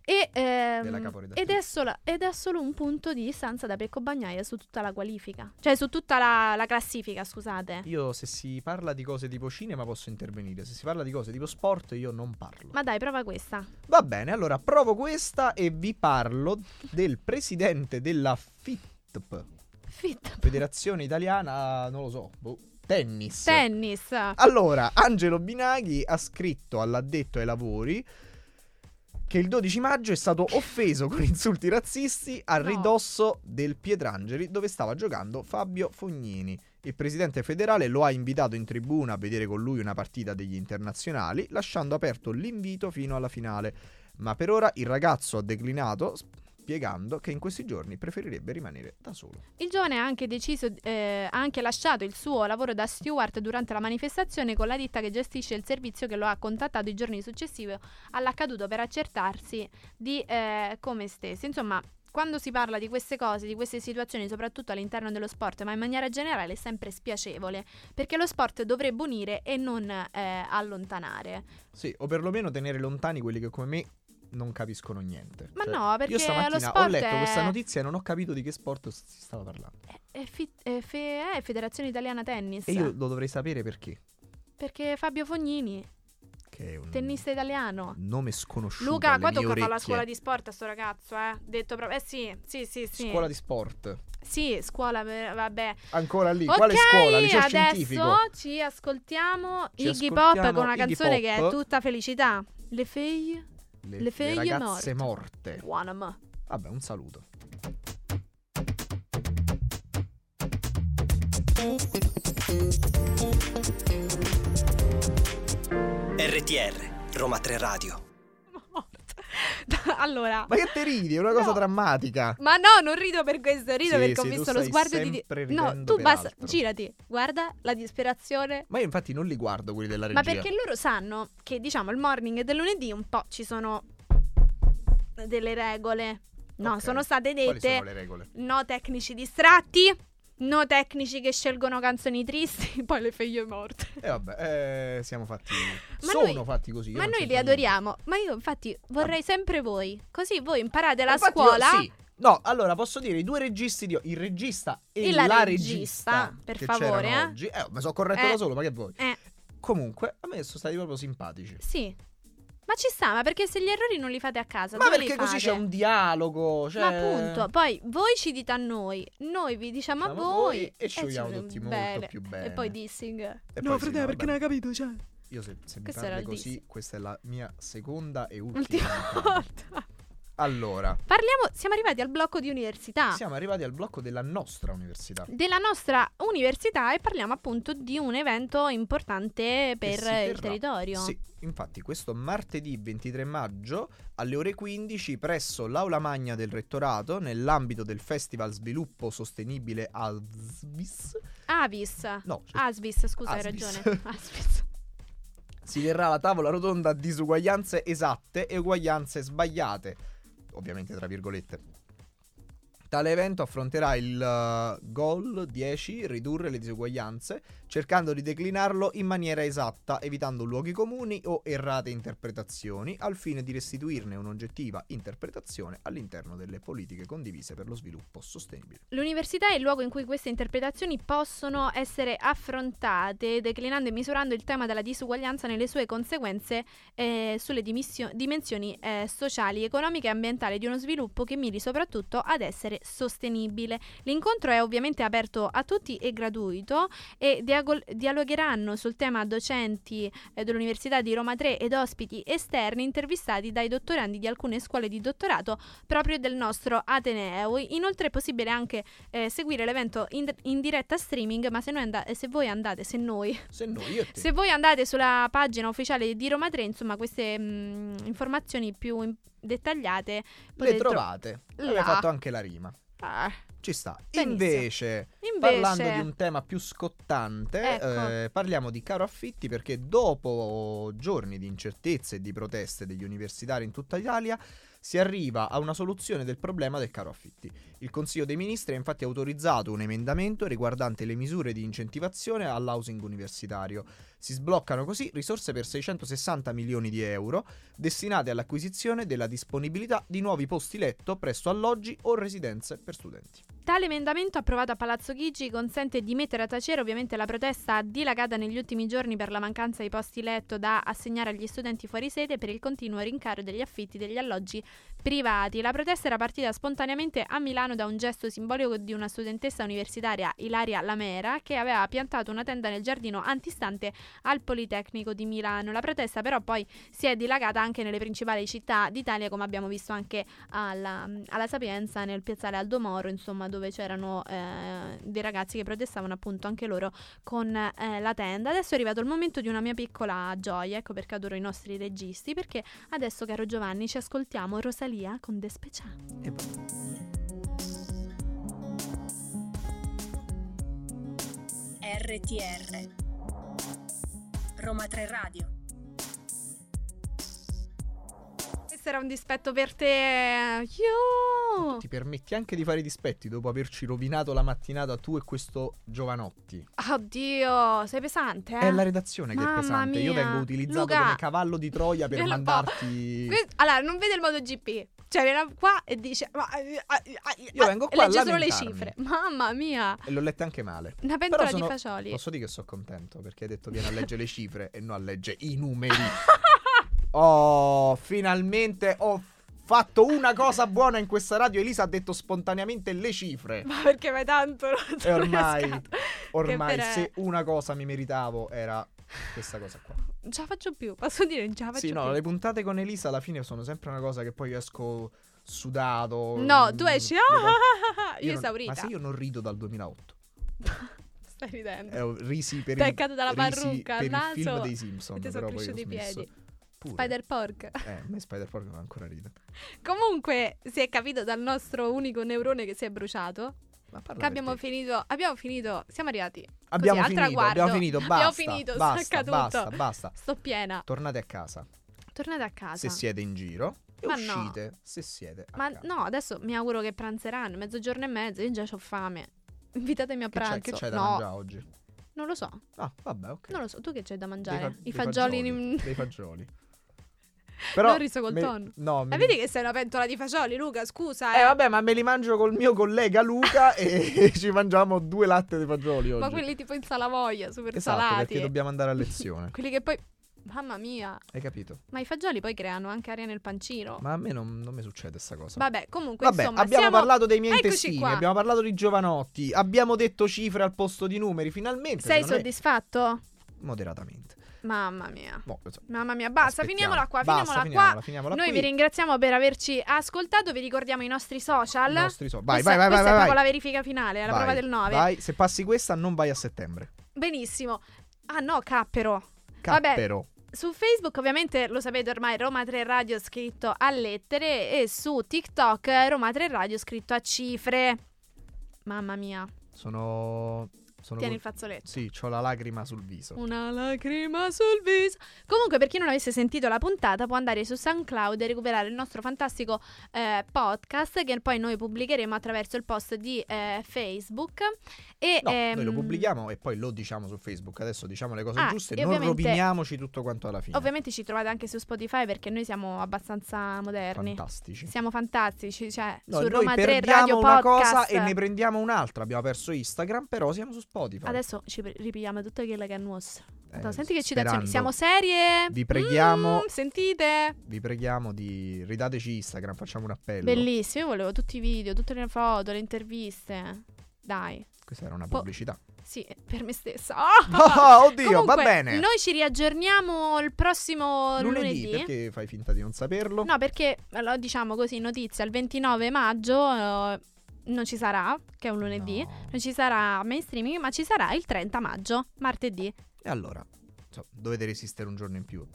Speaker 1: E, ehm,
Speaker 2: Della caporedattrice.
Speaker 1: ed, è solo, ed è solo un punto di distanza da Pecco Bagnaia su tutta la qualifica, cioè su tutta la, la classifica, scusate.
Speaker 2: Io se si parla di cose tipo cinema posso intervenire, se si parla di cose tipo sport io non parlo.
Speaker 1: Ma dai, prova questa.
Speaker 2: Va bene, allora provo questa e vi parlo del presidente della FITP,
Speaker 1: Fit.
Speaker 2: Federazione Italiana, non lo so, boh, tennis.
Speaker 1: Tennis.
Speaker 2: Allora, Angelo Binaghi ha scritto all'addetto ai lavori che il 12 maggio è stato offeso con insulti razzisti a
Speaker 1: No.
Speaker 2: ridosso del Pietrangeli dove stava giocando Fabio Fognini. Il presidente federale lo ha invitato in tribuna a vedere con lui una partita degli internazionali, lasciando aperto l'invito fino alla finale. Ma per ora il ragazzo ha declinato spiegando che in questi giorni preferirebbe rimanere da solo.
Speaker 1: Il giovane ha anche deciso, eh, ha anche lasciato il suo lavoro da steward durante la manifestazione con la ditta che gestisce il servizio che lo ha contattato i giorni successivi all'accaduto per accertarsi di eh, come stesse. Insomma, quando si parla di queste cose, di queste situazioni, soprattutto all'interno dello sport, ma in maniera generale è sempre spiacevole, perché lo sport dovrebbe unire e non eh, allontanare.
Speaker 2: Sì, o perlomeno tenere lontani quelli che come me non capiscono niente.
Speaker 1: Ma
Speaker 2: Cioè,
Speaker 1: no, perché
Speaker 2: Io
Speaker 1: lo
Speaker 2: stamattina ho
Speaker 1: sport
Speaker 2: letto
Speaker 1: è-
Speaker 2: questa notizia e non ho capito di che sport s- si stava parlando.
Speaker 1: È, è fi- è fe- è Federazione Italiana Tennis,
Speaker 2: E io lo dovrei sapere perché.
Speaker 1: perché Fabio Fognini,
Speaker 2: Che è un
Speaker 1: tennista italiano.
Speaker 2: nome sconosciuto.
Speaker 1: Luca,
Speaker 2: alle
Speaker 1: qua
Speaker 2: mie
Speaker 1: tocca fare la
Speaker 2: orecchie.
Speaker 1: scuola di sport a sto ragazzo, eh. Detto proprio. Eh sì, sì, sì, sì.
Speaker 2: Scuola di sport.
Speaker 1: Sì, scuola, eh, vabbè.
Speaker 2: Ancora lì.
Speaker 1: ok,
Speaker 2: Quale scuola? Liceo
Speaker 1: adesso
Speaker 2: scientifico.
Speaker 1: ci ascoltiamo
Speaker 2: Ci
Speaker 1: Iggy Pop
Speaker 2: ascoltiamo
Speaker 1: con una
Speaker 2: Iggy
Speaker 1: canzone che è
Speaker 2: Pop.
Speaker 1: tutta felicità. Le fei
Speaker 2: Le,
Speaker 1: le figlie
Speaker 2: ragazze morte.
Speaker 1: Wanam.
Speaker 2: Vabbè, un saluto.
Speaker 4: RTR Roma 3 Radio.
Speaker 1: allora.
Speaker 2: Ma che te ridi? È una cosa
Speaker 1: No.
Speaker 2: drammatica.
Speaker 1: Ma no, non rido per questo, rido
Speaker 2: Sì,
Speaker 1: perché ho
Speaker 2: sì, tu
Speaker 1: visto lo
Speaker 2: stai
Speaker 1: sguardo di.
Speaker 2: sempre
Speaker 1: No,
Speaker 2: ridendo
Speaker 1: tu
Speaker 2: per
Speaker 1: basta,
Speaker 2: altro.
Speaker 1: girati, guarda la disperazione
Speaker 2: Ma io infatti non li guardo quelli della regia.
Speaker 1: Ma perché loro sanno che, diciamo, il morning del lunedì un po' ci sono delle regole. No,
Speaker 2: Ok.
Speaker 1: sono state
Speaker 2: Quali
Speaker 1: dette
Speaker 2: sono le regole?
Speaker 1: no tecnici distratti, no tecnici che scelgono canzoni tristi, poi le figlie morte.
Speaker 2: E vabbè, eh, siamo fatti.
Speaker 1: Ma
Speaker 2: sono
Speaker 1: noi-
Speaker 2: fatti così. io
Speaker 1: Ma
Speaker 2: non
Speaker 1: noi li
Speaker 2: c'entro niente.
Speaker 1: adoriamo. Ma io infatti vorrei sempre voi, così voi imparate la
Speaker 2: Infatti io-
Speaker 1: scuola.
Speaker 2: sì. No, allora posso dire i due registi di il regista e,
Speaker 1: E la
Speaker 2: la,
Speaker 1: regista,
Speaker 2: regista,
Speaker 1: per
Speaker 2: che
Speaker 1: favore,
Speaker 2: c'erano
Speaker 1: eh.
Speaker 2: oggi. Eh, mi sono corretto
Speaker 1: Eh.
Speaker 2: da solo, ma che vuoi?
Speaker 1: Eh.
Speaker 2: Comunque, a me sono stati proprio simpatici.
Speaker 1: Sì. Ma ci sta, ma perché se gli errori non li fate a casa,
Speaker 2: Ma
Speaker 1: dove li
Speaker 2: perché così
Speaker 1: fate?
Speaker 2: c'è un dialogo, cioè
Speaker 1: Ma appunto, poi voi ci dite a noi, noi vi diciamo a
Speaker 2: Siamo
Speaker 1: voi
Speaker 2: noi e ci vogliamo tutti molto più bene.
Speaker 1: E poi dissing.
Speaker 2: E poi sì, no, vabbè.
Speaker 1: capito, cioè.
Speaker 2: Io se, se mi
Speaker 1: Questo era
Speaker 2: parli
Speaker 1: il
Speaker 2: così,
Speaker 1: dissing.
Speaker 2: questa è la mia seconda e ultima.
Speaker 1: Ultima
Speaker 2: puntata.
Speaker 1: volta.
Speaker 2: allora,
Speaker 1: Parliamo, siamo arrivati al blocco di università.
Speaker 2: siamo arrivati al blocco della nostra università.
Speaker 1: Della nostra università e parliamo appunto di un evento importante
Speaker 2: che
Speaker 1: per
Speaker 2: si terrà.
Speaker 1: il territorio.
Speaker 2: Sì, infatti questo martedì 23 maggio alle ore 15 presso l'Aula Magna del Rettorato nell'ambito del Festival Sviluppo Sostenibile ASVIS
Speaker 1: Avis.
Speaker 2: no, cioè,
Speaker 1: Asvis, scusa, hai
Speaker 2: Asvis.
Speaker 1: ragione. Asvis.
Speaker 2: si terrà la tavola rotonda disuguaglianze esatte e uguaglianze sbagliate, ovviamente tra virgolette. Tale evento affronterà il eh, goal 10, ridurre le disuguaglianze, cercando di declinarlo in maniera esatta, evitando luoghi comuni o errate interpretazioni, al fine di restituirne un'oggettiva interpretazione all'interno delle politiche condivise per lo sviluppo sostenibile.
Speaker 1: L'università è il luogo in cui queste interpretazioni possono essere affrontate, declinando e misurando il tema della disuguaglianza nelle sue conseguenze eh, sulle dimissio- dimensioni eh, sociali, economiche e ambientali di uno sviluppo che miri soprattutto ad essere sostenibile. L'incontro è ovviamente aperto a tutti e gratuito e diago- dialogheranno sul tema docenti eh, dell'Università di Roma 3 ed ospiti esterni intervistati dai dottorandi di alcune scuole di dottorato proprio del nostro Ateneo. Inoltre è possibile anche eh, seguire l'evento in, in diretta streaming, ma se, noi anda- se voi andate, se noi,
Speaker 2: Se no, io e te.
Speaker 1: se voi andate sulla pagina ufficiale di Roma 3, insomma, queste mm, mh, informazioni più in- dettagliate
Speaker 2: le
Speaker 1: potete tro-
Speaker 2: trovate.
Speaker 1: là.
Speaker 2: Avete fatto anche la rima.
Speaker 1: Ah,
Speaker 2: Ci sta.
Speaker 1: Benissimo.
Speaker 2: Invece,
Speaker 1: Invece,
Speaker 2: parlando di un tema più scottante,
Speaker 1: Ecco.
Speaker 2: eh, parliamo di caro affitti perché dopo giorni di incertezze e di proteste degli universitari in tutta Italia si arriva a una soluzione del problema del caro affitti. Il Consiglio dei Ministri ha infatti autorizzato un emendamento riguardante le misure di incentivazione all'housing universitario. Si sbloccano così risorse per 660 milioni di euro destinate all'acquisizione della disponibilità di nuovi posti letto presso alloggi o residenze per studenti.
Speaker 1: Tale emendamento approvato a Palazzo Chigi consente di mettere a tacere ovviamente la protesta dilagata negli ultimi giorni per la mancanza di posti letto da assegnare agli studenti fuori sede per il continuo rincaro degli affitti degli alloggi privati. La protesta era partita spontaneamente a Milano da un gesto simbolico di una studentessa universitaria, Ilaria Lamera, che aveva piantato una tenda nel giardino antistante al Politecnico di Milano. La protesta però poi si è dilagata anche nelle principali città d'Italia, come abbiamo visto anche alla, alla Sapienza nel piazzale Aldo Moro, insomma, dove c'erano eh, dei ragazzi che protestavano appunto anche loro con eh, la tenda. Adesso è arrivato il momento di una mia piccola gioia, ecco perché adoro i nostri registi, perché adesso, caro Giovanni, ci ascoltiamo Rosalia con The Special.
Speaker 3: RTR Roma 3 Radio
Speaker 1: Questo era un dispetto per te. eh. Io!
Speaker 2: Ti permetti anche di fare i dispetti dopo averci rovinato la mattinata tu e questo Giovanotti.
Speaker 1: Oddio, sei pesante, eh?
Speaker 2: È la redazione che
Speaker 1: Mamma
Speaker 2: è pesante. Io
Speaker 1: mia.
Speaker 2: vengo utilizzato
Speaker 1: Luca,
Speaker 2: come cavallo di Troia per
Speaker 1: glielo po-
Speaker 2: mandarti.
Speaker 1: Que- allora, non vede il modo GP. Cioè, viene qua e dice. Ma, eh, Io
Speaker 2: Io vengo qua a
Speaker 1: eh, Legge solo le
Speaker 2: lamentarmi.
Speaker 1: cifre. Mamma mia!
Speaker 2: E l'ho letta anche male.
Speaker 1: Una pentola
Speaker 2: sono-
Speaker 1: di fagioli.
Speaker 2: Posso dire che sono contento perché hai detto vieni a leggere le cifre e non a leggere i numeri. Oh, finalmente ho fatto una cosa buona in questa radio. Elisa ha detto spontaneamente le cifre.
Speaker 1: Ma perché vai tanto? rotto
Speaker 2: E ormai-
Speaker 1: le scatole?
Speaker 2: Ormai,
Speaker 1: però-
Speaker 2: se una cosa mi meritavo era questa cosa qua.
Speaker 1: Non ce la faccio più, posso dire, non ce la Ah, faccio
Speaker 2: Sì, no,
Speaker 1: più.
Speaker 2: le puntate con Elisa alla fine sono sempre una cosa che poi io esco sudato.
Speaker 1: No,
Speaker 2: mm,
Speaker 1: tu esci.
Speaker 2: le-
Speaker 1: Ah, io,
Speaker 2: non-
Speaker 1: esaurita.
Speaker 2: Ma se io non rido dal 2008,
Speaker 1: Stai ridendo.
Speaker 2: Eh, ho risi per il,
Speaker 1: Peccata dalla
Speaker 2: risi
Speaker 1: parrucca,
Speaker 2: per il
Speaker 1: al
Speaker 2: film
Speaker 1: naso,
Speaker 2: dei
Speaker 1: e
Speaker 2: Simpson,
Speaker 1: ti sono
Speaker 2: però poi ho
Speaker 1: cresciuti i
Speaker 2: smesso.
Speaker 1: piedi.
Speaker 2: Pure.
Speaker 1: Spider Pork.
Speaker 2: Eh, a me Spider Pork non ancora ride.
Speaker 1: Comunque, si è capito dal nostro unico neurone che si è bruciato.
Speaker 2: Ma parla
Speaker 1: Che
Speaker 2: per
Speaker 1: abbiamo
Speaker 2: te.
Speaker 1: finito. Abbiamo finito. Siamo arrivati.
Speaker 2: Abbiamo
Speaker 1: al
Speaker 2: finito,
Speaker 1: traguardo.
Speaker 2: abbiamo finito, basta.
Speaker 1: Abbiamo finito,
Speaker 2: basta,
Speaker 1: stacca tutto.
Speaker 2: Basta, basta.
Speaker 1: Sto piena.
Speaker 2: Tornate a casa,
Speaker 1: Tornate a casa.
Speaker 2: se siete in giro e
Speaker 1: Ma no.
Speaker 2: uscite se siete a
Speaker 1: Ma
Speaker 2: casa.
Speaker 1: no, adesso mi auguro che pranzeranno. Mezzogiorno e mezzo. Io già ho fame. Invitatemi a
Speaker 2: Che
Speaker 1: pranzo.
Speaker 2: c'è, che c'è da
Speaker 1: no,
Speaker 2: mangiare oggi?
Speaker 1: non lo so.
Speaker 2: Ah, vabbè, ok.
Speaker 1: Non lo so, tu che c'hai da
Speaker 2: Dei
Speaker 1: mangiare?
Speaker 2: fa-
Speaker 1: I
Speaker 2: dei
Speaker 1: fagioli. in-
Speaker 2: dei fagioli.
Speaker 1: L'ho riso col
Speaker 2: me-
Speaker 1: tonno.
Speaker 2: No,
Speaker 1: Ma
Speaker 2: me-
Speaker 1: Eh, vedi che sei una pentola di fagioli, Luca, scusa.
Speaker 2: Eh
Speaker 1: eh.
Speaker 2: vabbè, ma me li mangio col mio collega Luca e ci mangiamo due latte di fagioli oggi.
Speaker 1: Ma quelli tipo in salavoglia, super
Speaker 2: esatto,
Speaker 1: salati.
Speaker 2: perché dobbiamo andare a lezione.
Speaker 1: Quelli che poi. Mamma mia.
Speaker 2: Hai capito?
Speaker 1: Ma i fagioli poi creano anche aria nel pancino.
Speaker 2: Ma a me non, non mi succede sta cosa.
Speaker 1: Vabbè, comunque
Speaker 2: Vabbè,
Speaker 1: insomma,
Speaker 2: abbiamo
Speaker 1: siamo-
Speaker 2: parlato dei miei
Speaker 1: Eccoci
Speaker 2: intestini,
Speaker 1: qua.
Speaker 2: abbiamo parlato di Giovanotti, abbiamo detto cifre al posto di numeri, finalmente.
Speaker 1: Sei
Speaker 2: secondo me,
Speaker 1: soddisfatto?
Speaker 2: Moderatamente.
Speaker 1: Mamma mia.
Speaker 2: Boh, insomma,
Speaker 1: Mamma mia, basta,
Speaker 2: aspettiamo.
Speaker 1: finiamola qua,
Speaker 2: Basta,
Speaker 1: finiamola, qua.
Speaker 2: finiamola, finiamola
Speaker 1: Noi
Speaker 2: qui.
Speaker 1: vi ringraziamo per averci ascoltato, vi ricordiamo i nostri social.
Speaker 2: I nostri so- Vai,
Speaker 1: Questa-
Speaker 2: vai, vai,
Speaker 1: questa è
Speaker 2: vai, vai.
Speaker 1: proprio la verifica finale, la
Speaker 2: Vai,
Speaker 1: prova del 9.
Speaker 2: Vai, se passi questa non vai a settembre.
Speaker 1: Benissimo. Ah no, cappero. Vabbè.
Speaker 2: Cappero.
Speaker 1: Su Facebook ovviamente lo sapete ormai Roma 3 Radio scritto a lettere e su TikTok Roma 3 Radio scritto a cifre. Mamma mia,
Speaker 2: Sono sono
Speaker 1: tieni
Speaker 2: col-
Speaker 1: il fazzoletto.
Speaker 2: Sì, ho la lacrima sul viso.
Speaker 1: Una lacrima sul viso. Comunque, per chi non avesse sentito la puntata, può andare su SoundCloud e recuperare il nostro fantastico eh, podcast che poi noi pubblicheremo attraverso il post di eh, Facebook. E,
Speaker 2: No, noi lo
Speaker 1: ehm,
Speaker 2: pubblichiamo e poi lo diciamo su Facebook. Adesso diciamo le cose
Speaker 1: Ah,
Speaker 2: giuste,
Speaker 1: e
Speaker 2: non
Speaker 1: ovviamente-
Speaker 2: roviniamoci tutto quanto alla fine.
Speaker 1: Ovviamente ci trovate anche su Spotify perché noi siamo abbastanza moderni.
Speaker 2: Fantastici.
Speaker 1: Siamo fantastici, cioè
Speaker 2: No,
Speaker 1: su
Speaker 2: noi
Speaker 1: Roma 3
Speaker 2: perdiamo
Speaker 1: Radio
Speaker 2: una
Speaker 1: Podcast.
Speaker 2: cosa e ne prendiamo un'altra. Abbiamo perso Instagram, però siamo su Spotify.
Speaker 1: Adesso ci pre- ripigliamo tutta quella che è nostra.
Speaker 2: Eh,
Speaker 1: Madonna, senti che citazioni,
Speaker 2: sperando.
Speaker 1: siamo serie.
Speaker 2: Vi preghiamo-
Speaker 1: Mm, sentite.
Speaker 2: Vi preghiamo di ridateci Instagram, facciamo un appello.
Speaker 1: Bellissimo, io volevo tutti i video, tutte le foto, le interviste. Dai,
Speaker 2: Questa era una
Speaker 1: Po-
Speaker 2: pubblicità.
Speaker 1: sì, per me stessa. Ah!
Speaker 2: Oh, oddio, va
Speaker 1: Comunque,
Speaker 2: bene.
Speaker 1: Noi ci riaggiorniamo il prossimo Oh, lunedì.
Speaker 2: perché fai finta di non saperlo?
Speaker 1: No, perché allora, diciamo così, notizia, il 29 maggio eh, non ci sarà, che è un lunedì,
Speaker 2: No.
Speaker 1: non ci sarà mainstreaming, ma ci sarà il 30 maggio, martedì.
Speaker 2: E allora, insomma, dovete resistere un giorno in più.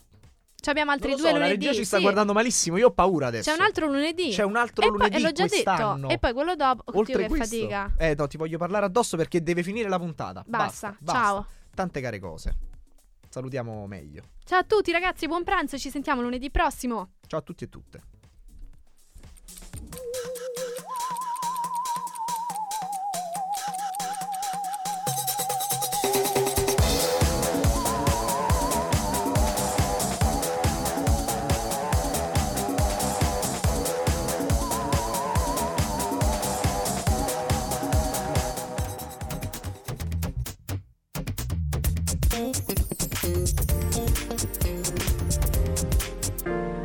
Speaker 1: Ci abbiamo altri
Speaker 2: Non lo
Speaker 1: due
Speaker 2: so, la
Speaker 1: lunedì.
Speaker 2: regia ci sta
Speaker 1: sì.
Speaker 2: guardando malissimo, io ho paura adesso.
Speaker 1: C'è un altro lunedì.
Speaker 2: C'è un altro
Speaker 1: e poi,
Speaker 2: lunedì
Speaker 1: eh, l'ho già
Speaker 2: quest'anno.
Speaker 1: detto. E poi quello dopo. Oddio,
Speaker 2: Oltre
Speaker 1: che
Speaker 2: questo,
Speaker 1: fatica.
Speaker 2: Eh no, ti voglio parlare addosso perché deve finire la puntata.
Speaker 1: Basta,
Speaker 2: basta.
Speaker 1: ciao.
Speaker 2: Tante care cose. Salutiamo meglio.
Speaker 1: Ciao a tutti ragazzi, buon pranzo, ci sentiamo lunedì prossimo.
Speaker 2: Ciao a tutti e tutte.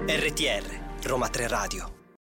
Speaker 4: RTR Roma 3 Radio